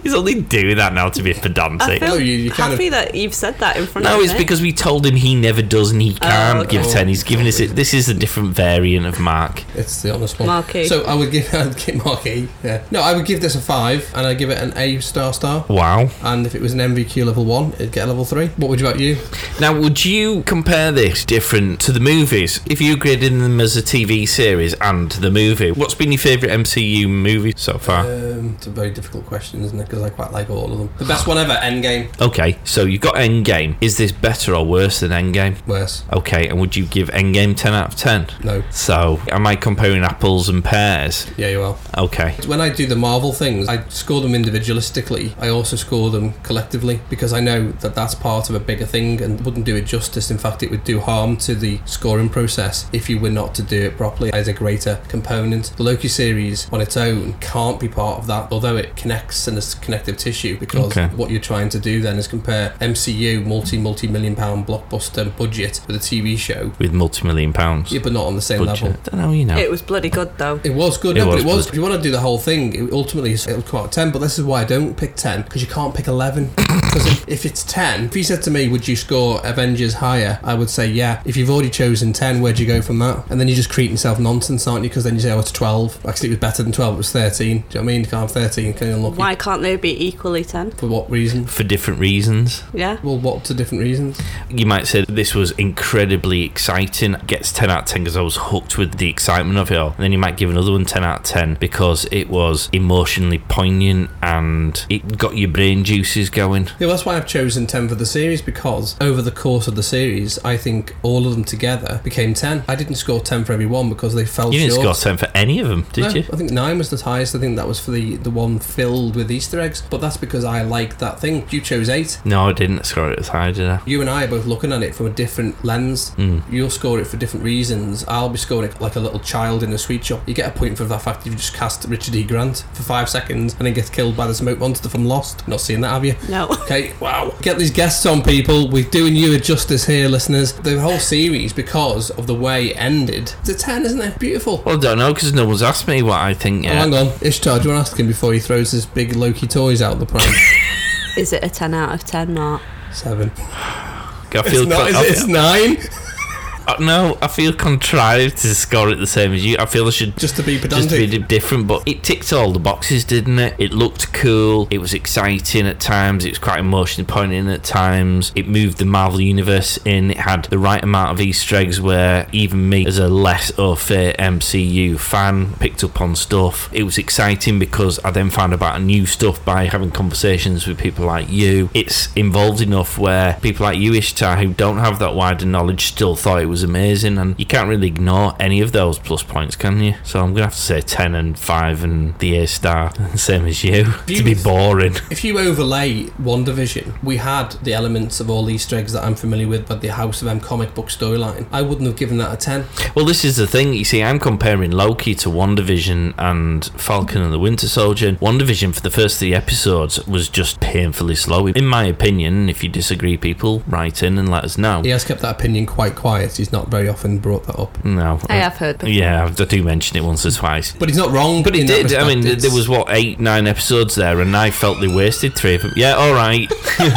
C: He's only doing that now to be
D: I
C: pedantic.
D: feel
B: No, you- you kind of-
D: happy that you've said that in front
C: No,
D: of
C: it's
D: me.
C: because we told him he never does and he can't
D: Oh, okay.
C: give 10. He's giving us it. This is a different variant of Mark.
B: It's the honest one.
D: Mark E.
B: So I would give [laughs] I'd give Mark E. Yeah. No, I would give this a five, and I'd give it an A star star.
C: Wow.
B: And if it was an MVQ level one, it'd get a level three. What would you about you?
C: Now, would you compare this different to the movies? If you graded them as a TV series and the movie, what's been your favourite MCU movie so far?
B: Um, it's a very difficult question, isn't it? Because I quite like all of them. The best one ever, Endgame.
C: Okay, so you've got Endgame. Is this better or worse than Endgame?
B: Worse.
C: Okay, and would you give Endgame 10 out of 10?
B: No.
C: So, am I comparing apples and pears?
B: Yeah, you are.
C: Okay.
B: When I do the Marvel things, I score them individualistically. I also score them collectively because I know that that's part of a bigger thing and wouldn't do it justice. In fact, it would do harm to the scoring process if you were not to do it properly as a greater component. The Loki series on its own can't be part of that, although it connects and is connective tissue because
C: Okay.
B: what you're trying to do then is compare MCU, multi, multi million pound blockbuster budget with a TV show,
C: With multi million pounds.
B: yeah, but not on the same
C: budget.
B: level.
C: Don't know, you know.
D: it was bloody good though.
B: It was good,
C: It
B: no,
C: was
B: but it was.
C: good.
B: If you want to do the whole thing, it, ultimately it's- it'll come out 10, but this is why I don't pick 10, because you can't pick
C: [coughs]
B: 11. Because if, if it's 10, if you said to me, would you score Avengers higher? I would say, yeah. If you've already chosen 10, where'd you go from that? And then you just create yourself nonsense, aren't you? Because then you say, oh, it's 12. Actually, it was better than 12, it was 13. Do you know what I mean? You can't have 13, can you unlock
D: Why can't they be equally ten?
B: For what reason?
C: For different reasons.
D: Yeah.
B: Well, what to different reasons?
C: You might say this was incredibly exciting. Gets 10 out of 10 because I was hooked with the excitement of it all. And then you might give another one 10 out of 10 because it was emotionally poignant and it got your brain juices going.
B: Yeah, well, that's why I've chosen 10 for the series because over the course of the series, I think all of them together became 10. I didn't score 10 for every one because they fell
C: You
B: short.
C: didn't score 10 for any of them, did
B: No,
C: you?
B: I think nine was the highest. I think that was for the, the one filled with Easter eggs. But that's because I liked that thing. You chose eight.
C: No, I didn't score it as high, did I?
B: You and I are both looking at it from a different lens.
C: Hmm.
B: You'll score it for different reasons. I'll be scoring it like a little child in a sweet shop. You get a point for the fact you've just cast Richard E. Grant for five seconds and then gets killed by the smoke monster from Lost. Not seen that, have you?
D: No.
C: [laughs]
B: Okay, wow. Get these guests on, people. We're doing you a justice here, listeners. The whole series, because of the way it ended, it's a 10, isn't it? Beautiful.
C: Well, I don't know because no one's asked me what I think
B: Oh,
C: yet.
B: hang on, Ishtar, do you want to ask him before he throws his big Loki toys out the
C: [laughs]
B: pram?
D: Is it a ten out of ten, Mark?
B: Seven.
C: I feel
B: It's, not,
C: con-
B: is
C: I
B: it? it's nine.
C: feel- no, I feel contrived to score it the same as you. I feel I should
B: Just to be
C: just
B: pedantic.
C: be di- different, but it ticked all the boxes, didn't it? It looked cool. It was exciting at times. It was quite emotionally poignant at times. It moved the Marvel universe in. It had the right amount of Easter eggs where even me, as a less au fait MCU fan, picked up on stuff. It was exciting because I then found about new stuff by having conversations with people like you. It's involved enough where people like you, Ishtar, who don't have that wider knowledge, still thought it was amazing, and you can't really ignore any of those plus points, can you? So I'm gonna have to say ten and five and the A star, [laughs] same as you, to be
B: Beautiful.
C: boring. [laughs]
B: if you overlay One Division, we had the elements of all Easter eggs that I'm familiar with, but the House of M comic book storyline. I wouldn't have given that a ten.
C: Well, this is the thing. You see, I'm comparing Loki to WandaVision and Falcon and the Winter Soldier. And WandaVision, for the first three episodes, was just painfully slow, in my opinion. If you disagree, people, write in and let us know.
B: He has kept that opinion quite quiet. You he's not very often brought that up.
C: No.
D: I have heard before.
C: Yeah, I do mention it once or twice.
B: But he's not wrong.
C: But it
B: in that
C: did. I mean,
B: respect.
C: there was what eight, nine episodes there, and I felt they wasted three of them. Yeah, all right. [laughs] it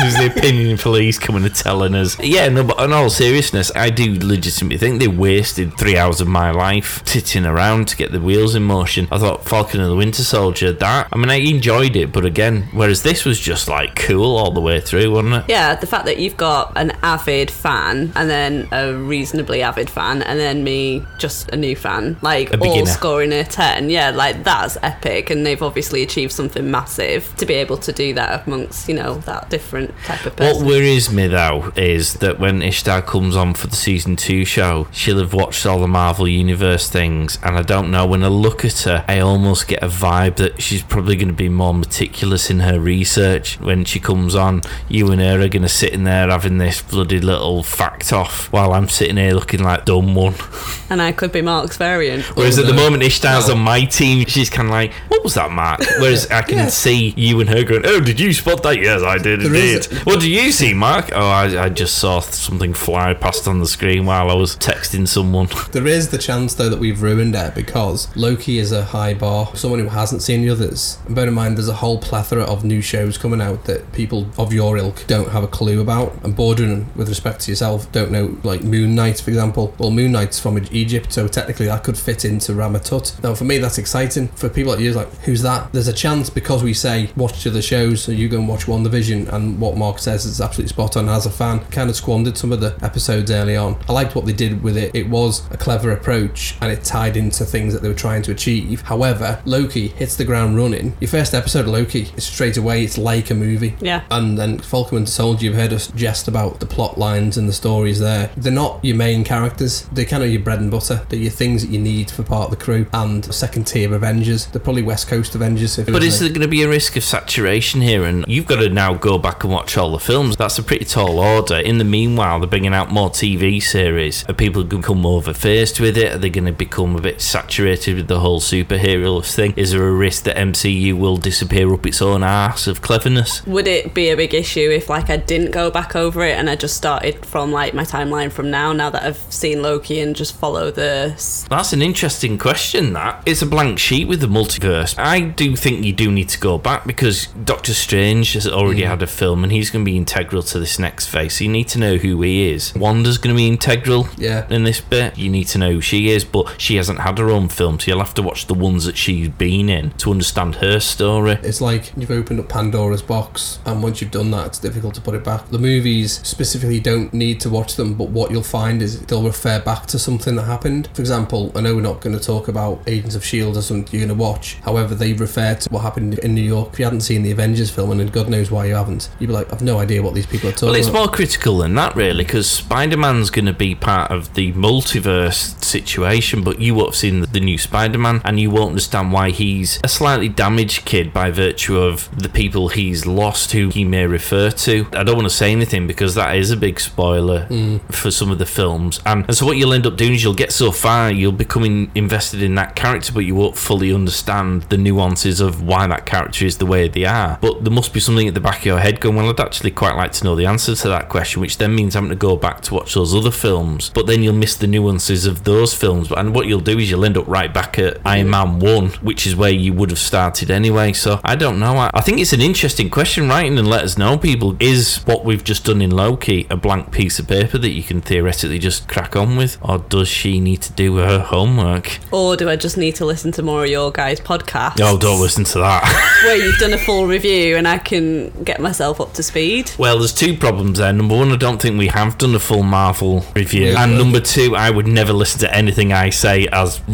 C: was the opinion police coming and telling us. Yeah, no, but in all seriousness, I do legitimately think they wasted three hours of my life titting around to get the wheels in motion. I thought Falcon and the Winter Soldier. That I mean, I enjoyed it, but again, whereas this was just like cool all the way through, wasn't it?
D: Yeah, the fact that you've got an avid fan and then a reasonably avid fan and then me, just a new fan, like
C: A
D: all
C: beginner.
D: scoring a 10. Yeah, like that's epic. And they've obviously achieved something massive to be able to do that amongst, you know, that different type of
C: What
D: person.
C: worries me though is that when Ishtar comes on for the season two show, she'll have watched all the Marvel Universe things, and I don't know. When I look at her, I almost get a vibe that she's probably going to be more meticulous in her research. When she comes on, you and her are going to sit in there having this bloody little fact off while I'm sitting here looking like dumb one. [laughs]
D: and I could be Mark's variant.
C: Whereas at the
B: no.
C: moment, Ishtar's
B: Oh.
C: on my team, she's kind of like, "What was that,
B: [laughs]
C: Mark?" Whereas I can
B: Yeah.
C: see you and her going, "Oh, did you spot that?" Yes, I did.
B: There
C: indeed.
B: is-
C: What do you see, Mark? Oh, I, I just saw something fly past on the screen while I was texting someone.
B: There is the chance though that we've ruined it because Loki is a high bar, someone who hasn't seen the others. And bear in mind there's a whole plethora of new shows coming out that people of your ilk don't have a clue about. And Borden, with respect to yourself, don't know like Moon Knight, for example. Well Moon Knight's from Egypt, so technically that could fit into Ramatut. Now for me that's exciting. For people like you, it's like, who's that? There's a chance because we say watch the other shows, so you go and watch One Division and what Mark says is absolutely spot on as a fan. Kind of squandered some of the episodes early on. I liked what they did with it. It was a clever approach and it tied into things that they were trying to achieve. However, Loki hits the ground running. Your first episode of Loki is straight away, it's like a movie.
D: Yeah.
B: And then Falcon and Soldier, you've heard us jest about the plot lines and the stories there. They're not your main characters, they're kind of your bread and butter. They're your things that you need for part of the crew and second tier Avengers. They're probably West Coast Avengers. If it
C: But
B: was
C: is
B: a-
C: there going to be a risk of saturation here? And you've got to now go back and watch all the films. That's a pretty tall order. In the meanwhile, they're bringing out more TV series. Are people going to come overfaced with it? Are they going to become a bit saturated with the whole superhero thing? Is there a risk that MCU will disappear up its own arse of cleverness?
D: Would it be a big issue if like I didn't go back over it and I just started from like my timeline from now, now that I've seen Loki and just follow the s-
C: That's an interesting question. That it's a blank sheet with the multiverse. I do think you do need to go back because Doctor Strange has already had a film, and he's going to be integral to this next phase. So you need to know who he is. Wanda's going to be integral.
B: Yeah.
C: In this bit, you need to know who she is, but she hasn't had her own film, so you'll have to watch the ones that she's been in to understand her story.
B: It's like you've opened up Pandora's box, and once you've done that, it's difficult to put it back. The movies specifically don't need to watch them, but what you'll find is they'll refer back to something that happened. For example, I know we're not going to talk about Agents of S.H.I.E.L.D. E or something you're going to watch, however, they refer to what happened in New York. If you hadn't seen the Avengers film, and God knows why you haven't, you'd be like, I've no idea what these people are talking
C: Well, it's
B: about.
C: more critical than that, really, because Spider Man's going to be part of the multiverse situation, but you won't have seen the new Spider Man and you won't understand why he's a slightly damaged kid by virtue of the people he's lost who he may refer to. I don't want to say anything because that is a big spoiler for some of the films. And, and so, what you'll end up doing is you'll get so far, you'll become in, invested in that character, but you won't fully understand the nuances of why that character is the way they are. But there must be something at the back of your head going, well, I'd actually quite like to know the answer to that question, which then means having to go back to watch those other films. But then you'll miss the nuances of those films. And what you'll do is you'll end up right back at Iron Man 1, which is where you would have started anyway. So I don't know. I, I think it's an interesting question, right? And let us know, people. Is what we've just done in Loki a blank piece of paper that you can theoretically just crack on with? Or does she need to do her homework?
D: or do I just need to listen to more of your guys' podcasts?
C: Oh, don't listen to that. [laughs]
D: where you've done a full review and I can get myself up to speed.
C: Well, there's two problems there. Number one, I don't think we have done a full Marvel review.
B: Yeah.
C: And number two, I would never listen to anything I say as. [laughs]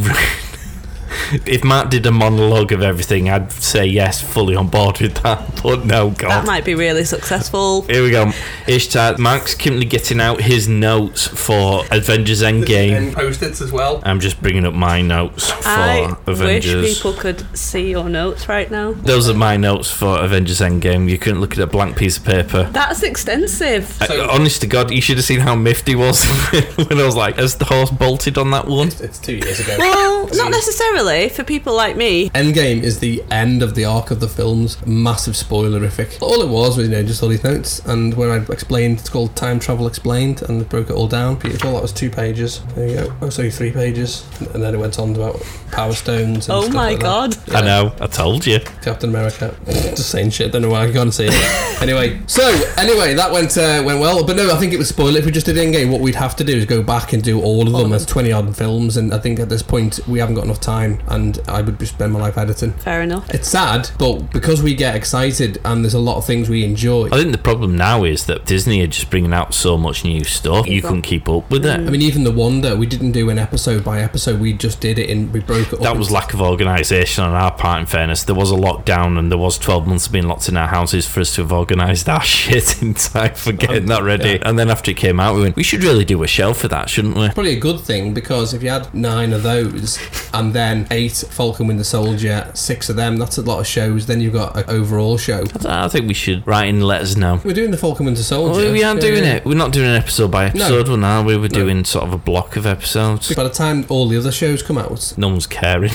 C: if Matt did a monologue of everything, I'd say yes, fully on board with that. [laughs] But no,
D: That
C: God.
D: might be really successful.
C: Here we go. Ishtar, Mark's currently getting out his notes for Avengers Endgame.
B: post-its as well.
C: I'm just bringing up my notes for
D: I
C: Avengers.
D: wish people could see your notes right now.
C: Those are my notes for Avengers Endgame. You couldn't look at a blank piece of paper.
D: That's extensive.
C: I-
B: So-
C: honest to God, you should have seen how miffed [laughs] he was when I was like, as the horse bolted on that one.
B: It's two years ago.
C: [laughs]
D: Well, not necessarily. Luckily for people like me,
B: Endgame is the end of the arc of the films. Massive spoilerific. All it was was you know just all these notes, and where I explained it's called Time Travel Explained, and broke it all down. Beautiful. That was two pages. There you go. Oh, sorry, three pages, and then it went on about Power Stones. And
D: oh
B: stuff
D: my
B: like that.
D: god.
C: I know. I told you.
B: Captain America. Just saying shit. Don't know why I can't say it. [laughs] anyway, so anyway, that went uh, went well. But no, I think it would spoil it if we just did Endgame. What we'd have to do is go back and do all of them. There's twenty odd films, and I think at this point we haven't got enough time. And I would just spend my life editing.
D: Fair enough.
B: It's sad, but because we get excited and there's a lot of things we enjoy.
C: I think the problem now is that Disney are just bringing out so much new stuff. You couldn't keep up with it.
B: I mean, even the Wonder, we didn't do an episode by episode. We just did it and we broke it up.
C: that was
B: into-
C: lack of organisation on our part. In fairness, there was a lockdown and there was twelve months of being locked in our houses for us to have organised our [laughs] shit in time for getting that ready. And then after it came out, we went, we should really do a show for that, shouldn't we?
B: probably a good thing because if you had nine of those and then eight Falcon Winter Soldier, six of them, that's a lot of shows. Then you've got an overall show.
C: I think we should write in let us know.
B: We're doing the Falcon Winter Soldier.
C: Well, we aren't
B: Yeah,
C: doing
B: yeah.
C: it. We're not doing an episode by episode one now. We were doing sort of a block of episodes.
B: By the time all the other shows come
C: [laughs]
B: out,
C: No one's caring.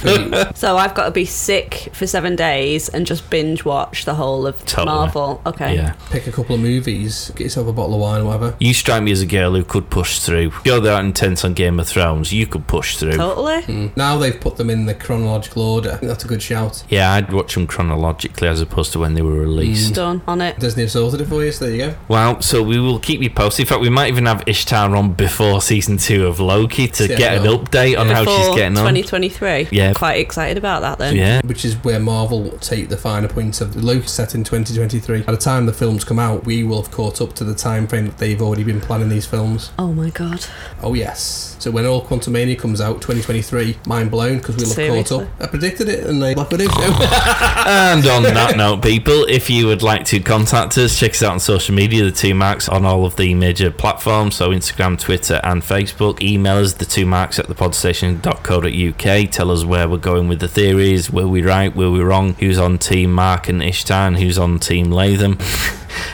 D: So I've got to be sick for seven days and just binge watch the whole of
C: Totally.
D: Marvel. Okay.
C: yeah.
B: pick a couple of movies, get yourself a bottle of wine or whatever.
C: You strike me as a girl who could push through. You're that intense on Game of Thrones. You could push through.
D: Totally.
C: Mm.
B: Now they've put them in the chronological order. I think that's a good shout.
C: Yeah, I'd watch them chronologically as opposed to when they were released.
B: Mm.
D: Done on it.
B: Disney have sorted it for you, so there you go.
C: Wow, so we will keep you posted. In fact, we might even have Ishtar on before season two of Loki to
B: Yeah,
C: get an
B: yeah.
C: update on how she's
D: Before
C: getting on.
D: 2023.
C: Yeah.
D: Quite excited about that then.
C: Yeah.
B: which is where Marvel will take the finer points of Loki set in 2023. By the time the films come out, we will have caught up to the time frame that they've already been planning these films.
D: Oh my god.
B: Oh yes. So when all Quantumania comes out, 2023, mind blown because we'll have
D: Seriously?
B: caught up. I predicted it, [laughs] and they like we do. So.
C: And on
D: [laughs]
C: that note, people, if you would like to contact us, check us out on social media, the two marks on all of the major platforms, so Instagram, Twitter, and Facebook. Email us the two marks at thepodstation.co.uk. Tell us where we're going with the theories. Were we right? Were we wrong? Who's on team Mark and Ishtar and who's on team Latham? [laughs]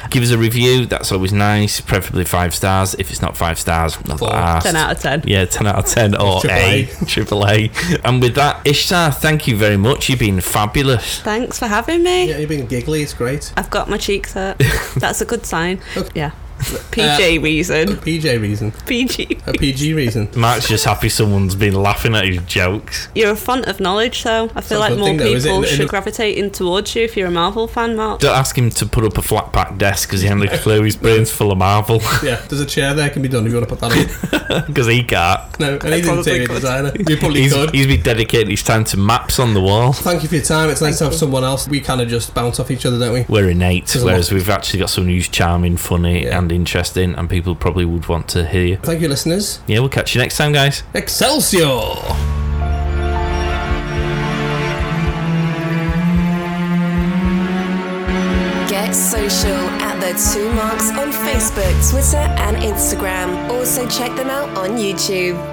C: Give us a review, that's always nice, preferably five stars. If it's not five stars, not
B: Four.
C: that
D: 10
C: arsed.
D: out of 10.
C: Yeah, 10 out of 10 or
B: Triple
C: A.
B: A.
C: Triple A. And with that, Ishtar, thank you very much. You've been fabulous.
D: Thanks for having me.
B: yeah, you've been giggly. It's great.
D: I've got my
B: [laughs]
D: cheeks hurt. That's a good sign.
B: Okay. [laughs] Uh,
D: Yeah. PJ reason. [laughs]
B: PJ reason,
D: PG.
B: a PG reason.
C: Mark's just happy someone's been laughing at his jokes.
D: You're a font of knowledge, though. I
B: That's
D: feel like
B: the
D: more
B: thing, though,
D: people
B: is it? In-
D: should
B: in-
D: gravitate in towards you if you're a Marvel fan, Mark.
C: Don't ask him to put up a flat pack desk because he ain't got a clue. His brain's full of Marvel [laughs]
B: Yeah, there's a chair there can be done if you want to put that on.
C: because he can't.
B: No,
D: [laughs]
B: and he's an
D: probably
B: interior
D: could.
B: designer. You probably
C: He's,
B: could.
C: he's been dedicating his time to maps on the wall.
B: Thank you for your time. It's nice to have someone else. We kind of just bounce off each other, don't we?
C: We're innate,
B: There's a
C: whereas we've actually got someone who's charming, funny,
B: Yeah.
C: and interesting, and people probably would want to hear.
B: Thank you, listeners.
C: Yeah, we'll catch you next time, guys.
B: Excelsior!
A: Get social at the Two Marks on Facebook, Twitter, and Instagram. Also, check them out on YouTube.